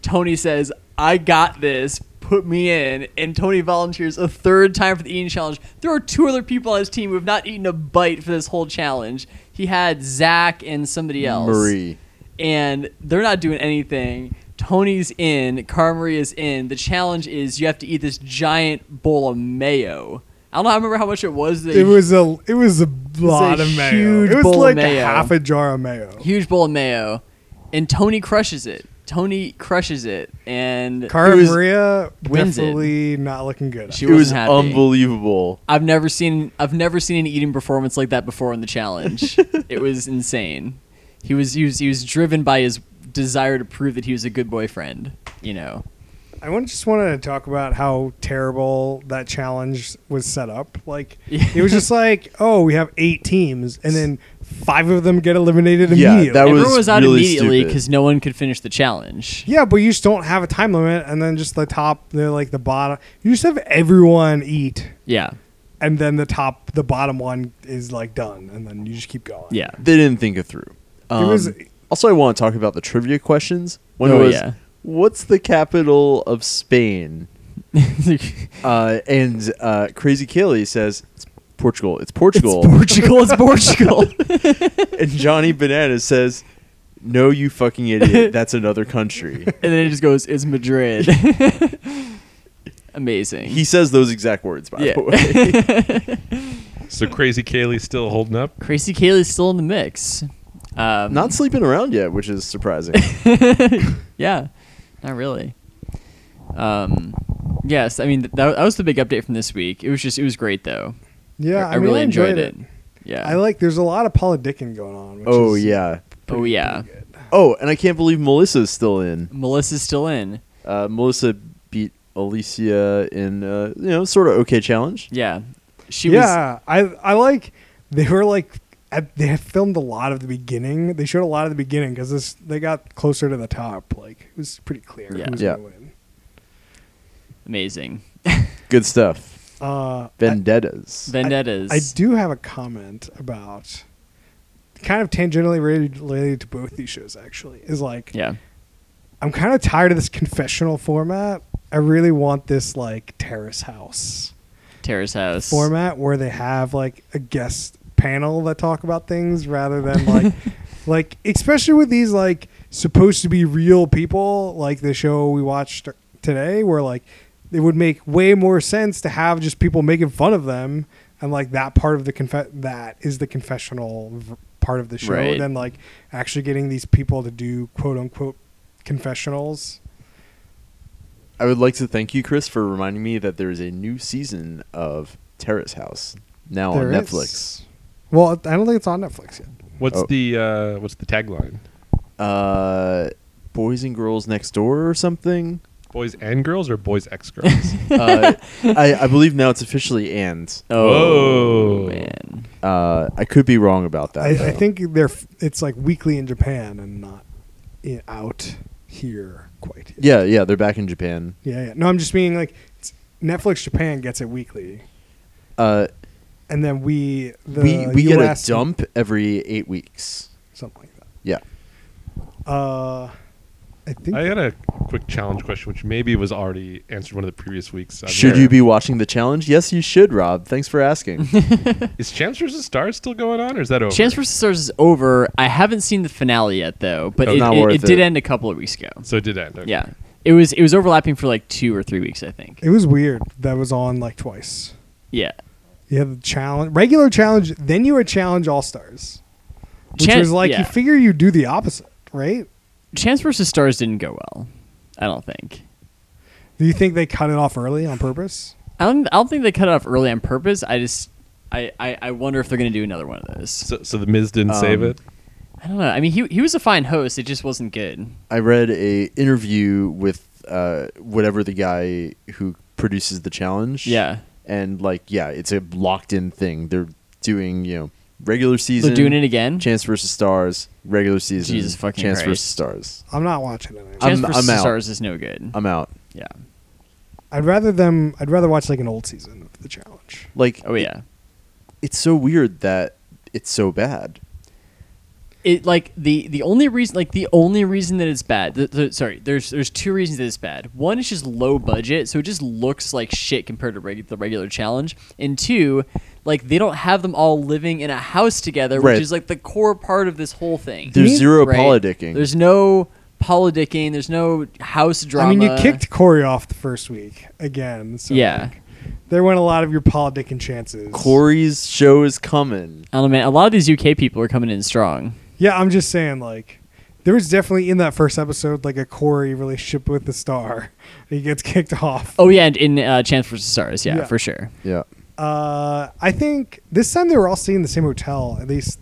[SPEAKER 2] Tony says, I got this. Put me in. And Tony volunteers a third time for the eating challenge. There are two other people on his team who have not eaten a bite for this whole challenge. He had Zach and somebody else
[SPEAKER 5] Marie.
[SPEAKER 2] and they're not doing anything. Tony's in, Carmory is in. The challenge is you have to eat this giant bowl of mayo. I don't know, I remember how much it was. that-
[SPEAKER 1] It was a it was a lot of mayo.
[SPEAKER 2] huge
[SPEAKER 1] it was
[SPEAKER 2] bowl of
[SPEAKER 1] like
[SPEAKER 2] mayo.
[SPEAKER 1] half a jar of mayo.
[SPEAKER 2] huge bowl of mayo, and Tony crushes it. Tony crushes it, and
[SPEAKER 1] Cara
[SPEAKER 5] It was-
[SPEAKER 1] Maria
[SPEAKER 2] wins it.
[SPEAKER 1] definitely not looking good.
[SPEAKER 2] she
[SPEAKER 5] it was
[SPEAKER 2] wasn't happy.
[SPEAKER 5] unbelievable.
[SPEAKER 2] I've never seen I've never seen an eating performance like that before in the challenge. it was insane. He was he was he was driven by his desire to prove that he was a good boyfriend. You know.
[SPEAKER 1] I want just wanted to talk about how terrible that challenge was set up. Like it was just like, oh, we have eight teams, and then five of them get eliminated
[SPEAKER 5] Yeah,
[SPEAKER 1] immediately.
[SPEAKER 5] that was-
[SPEAKER 2] Everyone was, out
[SPEAKER 5] really
[SPEAKER 2] immediately
[SPEAKER 5] stupid.
[SPEAKER 2] because no one could finish the challenge.
[SPEAKER 1] yeah, but you just don't have a time limit, and then just the top, they're like the bottom. You just have everyone eat,
[SPEAKER 2] Yeah,
[SPEAKER 1] and then the top, the bottom one is like done, and then you just keep going.
[SPEAKER 2] yeah.
[SPEAKER 5] They didn't think it through. Um,
[SPEAKER 1] was-
[SPEAKER 5] also, I want to talk about the trivia questions. One
[SPEAKER 2] Oh,
[SPEAKER 5] was,
[SPEAKER 2] yeah.
[SPEAKER 5] what's the capital of Spain? Uh, and uh, Crazy Kaylee says, it's Portugal. It's Portugal.
[SPEAKER 2] Portugal is Portugal.
[SPEAKER 5] and Johnny Bananas says, "No, you fucking idiot. That's another country."
[SPEAKER 2] and then it just goes, "It's Madrid." Amazing.
[SPEAKER 5] He says those exact words, by the way.
[SPEAKER 2] yeah.
[SPEAKER 3] So crazy Kaylee's still holding up.
[SPEAKER 2] Crazy Kaylee's still in the mix. Um,
[SPEAKER 5] Not sleeping around yet, which is surprising.
[SPEAKER 2] yeah, not really. Um, yes, I mean th- that, that was the big update from this week. It was just it was great though.
[SPEAKER 1] Yeah,
[SPEAKER 2] I,
[SPEAKER 1] I,
[SPEAKER 2] really
[SPEAKER 1] mean, I
[SPEAKER 2] enjoyed, it. Yeah.
[SPEAKER 1] I like. There's a lot of politicking going on. Which
[SPEAKER 5] oh
[SPEAKER 1] is
[SPEAKER 5] yeah.
[SPEAKER 2] oh yeah.
[SPEAKER 5] Oh, and I can't believe Melissa's still in.
[SPEAKER 2] Melissa's still in.
[SPEAKER 5] Uh, Melissa beat Alicia in uh, you know sort of okay challenge.
[SPEAKER 2] Yeah. She was.
[SPEAKER 1] yeah, I I like. They were like. At, they had filmed a lot of the beginning. They showed a lot of the beginning because this they got closer to the top. Like it was pretty clear
[SPEAKER 2] Yeah.
[SPEAKER 1] who was
[SPEAKER 5] Yeah.
[SPEAKER 1] gonna win.
[SPEAKER 2] Amazing.
[SPEAKER 5] Good stuff.
[SPEAKER 1] Uh,
[SPEAKER 5] Vendettas.
[SPEAKER 2] Vendettas.
[SPEAKER 1] I do have a comment about kind of tangentially related, related to both these shows actually is like
[SPEAKER 2] Yeah.
[SPEAKER 1] I'm kind of tired of this confessional format. I really want this like terrace house
[SPEAKER 2] Tara's house.
[SPEAKER 1] format where they have like a guest panel that talk about things rather than like like especially with these like supposed to be real people like the show we watched today where like it would make way more sense to have just people making fun of them and like that part of the conf- that is the confessional v- part of the show
[SPEAKER 2] Right.
[SPEAKER 1] than like actually getting these people to do quote unquote confessionals
[SPEAKER 5] I would like to thank you, Chris, for reminding me that there is a new season of Terrace House now
[SPEAKER 1] There
[SPEAKER 5] Oh, on
[SPEAKER 1] is.
[SPEAKER 5] Netflix.
[SPEAKER 1] well i don't think it's on netflix yet
[SPEAKER 3] What's
[SPEAKER 5] Oh.
[SPEAKER 3] the uh, what's the tagline?
[SPEAKER 5] Uh, boys and girls next door or something.
[SPEAKER 3] Boys and girls or boys ex girls?
[SPEAKER 5] Uh, I, I believe now it's officially and.
[SPEAKER 2] Oh
[SPEAKER 3] Whoa.
[SPEAKER 2] man.
[SPEAKER 5] Uh, I could be wrong about that.
[SPEAKER 1] I, I
[SPEAKER 5] though.
[SPEAKER 1] think they're f- it's like weekly in Japan and not i out here quite. yet.
[SPEAKER 5] Yeah, yeah, they're back in Japan.
[SPEAKER 1] yeah, yeah. No, I'm just meaning like it's, Netflix Japan gets it weekly,
[SPEAKER 5] Uh,
[SPEAKER 1] and then we the
[SPEAKER 5] we we get a
[SPEAKER 1] US
[SPEAKER 5] dump every eight weeks.
[SPEAKER 1] something like that.
[SPEAKER 5] Yeah.
[SPEAKER 1] Uh, I think
[SPEAKER 3] I uh, had a quick challenge question, which maybe was already answered one of the previous weeks. I'm
[SPEAKER 5] Should
[SPEAKER 3] sure.
[SPEAKER 5] you be watching the challenge? Yes, you should, Rob. Thanks for asking.
[SPEAKER 3] Is Chance vs. Stars still going on, or is that over?
[SPEAKER 2] Chance vs. Stars is over. I haven't seen the finale yet though, but
[SPEAKER 5] It's
[SPEAKER 2] it,
[SPEAKER 5] not
[SPEAKER 2] it,
[SPEAKER 5] worth
[SPEAKER 2] it did
[SPEAKER 5] it.
[SPEAKER 2] end a couple of weeks ago.
[SPEAKER 3] so it did end. okay.
[SPEAKER 2] Yeah. It was it was overlapping for like two or three weeks, I think.
[SPEAKER 1] it was weird that was on like twice.
[SPEAKER 2] Yeah.
[SPEAKER 1] You had the challenge, regular challenge, then you had challenge all stars, which
[SPEAKER 2] Chan-
[SPEAKER 1] was like
[SPEAKER 2] yeah.
[SPEAKER 1] you figure you do the opposite, right?
[SPEAKER 2] Chance versus Stars didn't go well. I don't think.
[SPEAKER 1] Do you think they cut it off early on purpose?
[SPEAKER 2] I don't, I don't think they cut it off early on purpose. I just, I, I, I wonder if they're going to do another one of those.
[SPEAKER 3] So, so the Miz didn't save
[SPEAKER 5] Um,
[SPEAKER 3] it.
[SPEAKER 2] I don't know. I mean, he, he was a fine host. It just wasn't good.
[SPEAKER 5] I read a interview with uh, whatever the guy who produces the challenge.
[SPEAKER 2] Yeah.
[SPEAKER 5] and like yeah, it's a locked in thing. They're doing you know regular season.
[SPEAKER 2] doing it again?
[SPEAKER 5] Chance versus Stars, regular season.
[SPEAKER 2] Jesus fucking
[SPEAKER 5] Chance
[SPEAKER 2] Christ.
[SPEAKER 5] versus Stars.
[SPEAKER 1] I'm not watching it. anymore.
[SPEAKER 2] Chance
[SPEAKER 5] I'm-
[SPEAKER 2] versus
[SPEAKER 5] I'm out.
[SPEAKER 2] Stars is no good.
[SPEAKER 5] I'm out.
[SPEAKER 2] yeah.
[SPEAKER 1] I'd rather them. I'd rather watch like an old season of the challenge.
[SPEAKER 5] Like
[SPEAKER 2] Oh yeah.
[SPEAKER 5] it's so weird that it's so bad.
[SPEAKER 2] It like the the only reason like the only reason that it's bad. th th- sorry, there's there's two reasons that it's bad. One is just low budget, so it just looks like shit compared to regu- the regular challenge. And two, like they don't have them all living in a house together,
[SPEAKER 5] Right.
[SPEAKER 2] which is like the core part of this whole thing.
[SPEAKER 5] There's zero
[SPEAKER 2] right?
[SPEAKER 5] politicking.
[SPEAKER 2] There's no politicking. There's no house drama.
[SPEAKER 1] I mean, you kicked Corey off the first week again. So
[SPEAKER 2] Yeah.
[SPEAKER 1] like, there went a lot of your politicking chances.
[SPEAKER 5] Corey's show is coming.
[SPEAKER 2] I don't know, man. A lot of these UK people are coming in strong.
[SPEAKER 1] Yeah, I'm just saying. Like, there was definitely in that first episode like a Corey relationship with the star. He gets kicked off.
[SPEAKER 2] Oh yeah, and in uh, Chance versus Stars, yeah,
[SPEAKER 1] Yeah.
[SPEAKER 2] for sure.
[SPEAKER 5] Yeah.
[SPEAKER 1] Uh, I think this time they were all staying in the same hotel. At least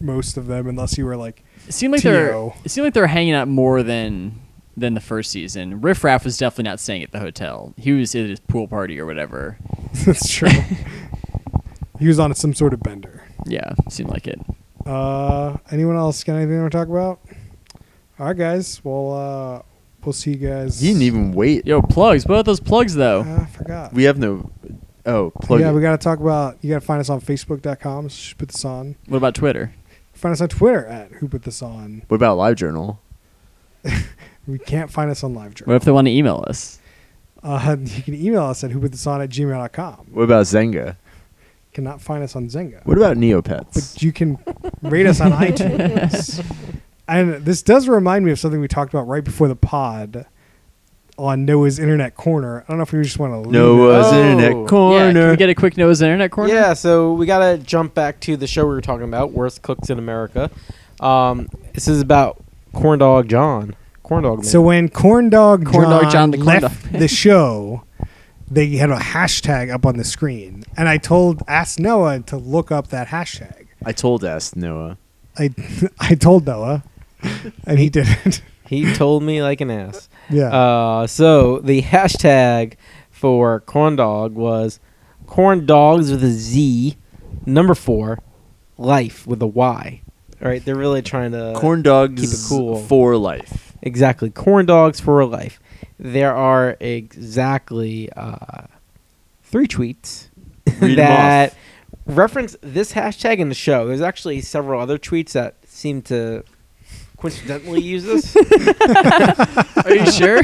[SPEAKER 1] most of them, unless you were like,
[SPEAKER 2] It seemed like
[SPEAKER 1] T.O.
[SPEAKER 2] they're it seemed like they're hanging out more than than the first season. Riff Raff was definitely not staying at the hotel. He was at his pool party or whatever.
[SPEAKER 1] that's true. he was on some sort of bender.
[SPEAKER 2] Yeah, seemed like it.
[SPEAKER 1] Uh, anyone else got anything to talk about? All right, guys. Well, uh, we'll see you guys.
[SPEAKER 5] He didn't even wait.
[SPEAKER 2] Yo, plugs. What about those plugs though?
[SPEAKER 1] Ah, I forgot.
[SPEAKER 5] We have no. Oh, plug.
[SPEAKER 1] yeah,
[SPEAKER 5] it.
[SPEAKER 1] we got to talk about. You got to find us on Facebook.com. Sh- Put this on.
[SPEAKER 2] What about Twitter?
[SPEAKER 1] Find us on Twitter at Who Put This On.
[SPEAKER 5] What about LiveJournal?
[SPEAKER 1] We can't find us on LiveJournal.
[SPEAKER 2] What if they want to email us?
[SPEAKER 1] Uh, you can email us at Who Put This On at gmail.com.
[SPEAKER 5] What about Zenga?
[SPEAKER 1] cannot find us on Zynga.
[SPEAKER 5] What about Neopets?
[SPEAKER 1] But you can rate us on iTunes. And this does remind me of something we talked about right before the pod on Noah's Internet Corner. I don't know if we just want to leave it.
[SPEAKER 5] Noah's
[SPEAKER 4] Oh.
[SPEAKER 5] Internet
[SPEAKER 2] Yeah, can
[SPEAKER 5] Corner.
[SPEAKER 2] we get a quick nose internet corner?
[SPEAKER 4] Yeah, so we gotta jump back to the show we were talking about, worst cooks in America. Um, this is about Corn Dog John, Corn Dog. Man.
[SPEAKER 1] So when Corn Dog
[SPEAKER 2] Corn
[SPEAKER 1] John,
[SPEAKER 2] Dog John the Corn
[SPEAKER 1] left
[SPEAKER 2] Dog.
[SPEAKER 1] the show, they had a hashtag up on the screen, and I told asked Noah to look up that hashtag.
[SPEAKER 5] I told Ask Noah.
[SPEAKER 1] I I told Noah, and he didn't.
[SPEAKER 4] he told me like an ass.
[SPEAKER 1] yeah,
[SPEAKER 4] Uh, so the hashtag for Corn Dog was Corn Dogs with a Z, number four, Life with a Y. All right, they're really trying
[SPEAKER 2] Uh,
[SPEAKER 4] to
[SPEAKER 5] Corn dogs
[SPEAKER 4] keep it cool.
[SPEAKER 5] for life.
[SPEAKER 4] Exactly. Corn dogs for life. There are exactly uh, three tweets
[SPEAKER 5] Read 'em
[SPEAKER 4] that reference this hashtag in the show. There's actually several other tweets that seem to coincidentally use this.
[SPEAKER 2] Are you sure?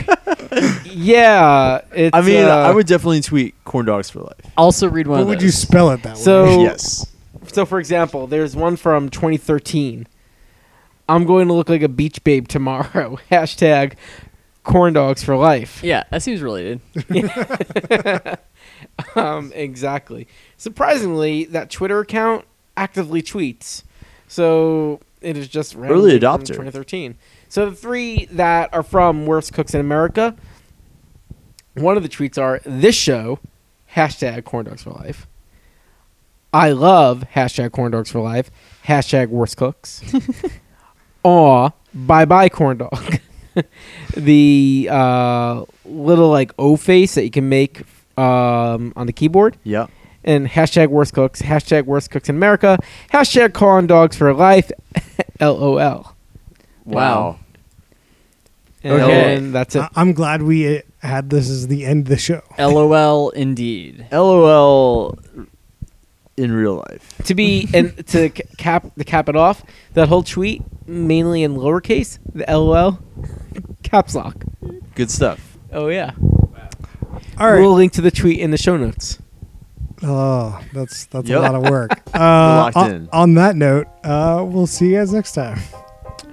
[SPEAKER 4] yeah. It's,
[SPEAKER 5] I mean,
[SPEAKER 4] uh,
[SPEAKER 5] I would definitely tweet corn dogs for life.
[SPEAKER 2] also read one
[SPEAKER 1] but
[SPEAKER 2] of
[SPEAKER 1] would
[SPEAKER 2] those.
[SPEAKER 1] you spell it that
[SPEAKER 4] So-
[SPEAKER 1] way?
[SPEAKER 5] yes.
[SPEAKER 4] So, for example, there's one from 2013. I'm going to look like a beach babe tomorrow. hashtag corn dogs for life.
[SPEAKER 2] yeah, that seems related.
[SPEAKER 4] um, exactly. Surprisingly, that Twitter account actively tweets. So it is just randomly
[SPEAKER 5] Early
[SPEAKER 4] from
[SPEAKER 5] adopter.
[SPEAKER 4] 2013. So the three that are from Worst Cooks in America. One of the tweets are this show, hashtag corn dogs for life. I love hashtag corn dogs for life, hashtag worst cooks. Aw, bye bye corn dog. the uh, little like O face that you can make um, on the keyboard
[SPEAKER 5] Yeah.
[SPEAKER 4] and hashtag worst cooks, hashtag worst cooks in America, hashtag corn dogs for life, LOL.
[SPEAKER 2] Wow.
[SPEAKER 4] And
[SPEAKER 2] Okay.
[SPEAKER 4] that's it.
[SPEAKER 1] I- I'm glad we uh, had this as the end of the show.
[SPEAKER 2] LOL indeed.
[SPEAKER 5] LOL in real life.
[SPEAKER 4] to be and to ca- cap to cap it off, that whole tweet mainly in lowercase, the LOL, caps lock.
[SPEAKER 5] Good stuff.
[SPEAKER 4] Oh yeah.
[SPEAKER 1] All right.
[SPEAKER 4] We'll link to the tweet in the show notes.
[SPEAKER 1] oh, that's that's
[SPEAKER 5] Yep.
[SPEAKER 1] a lot of work. Uh,
[SPEAKER 5] Locked
[SPEAKER 1] on,
[SPEAKER 5] in.
[SPEAKER 1] on that note, uh, we'll see you guys next time.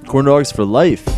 [SPEAKER 5] Corn dogs for life.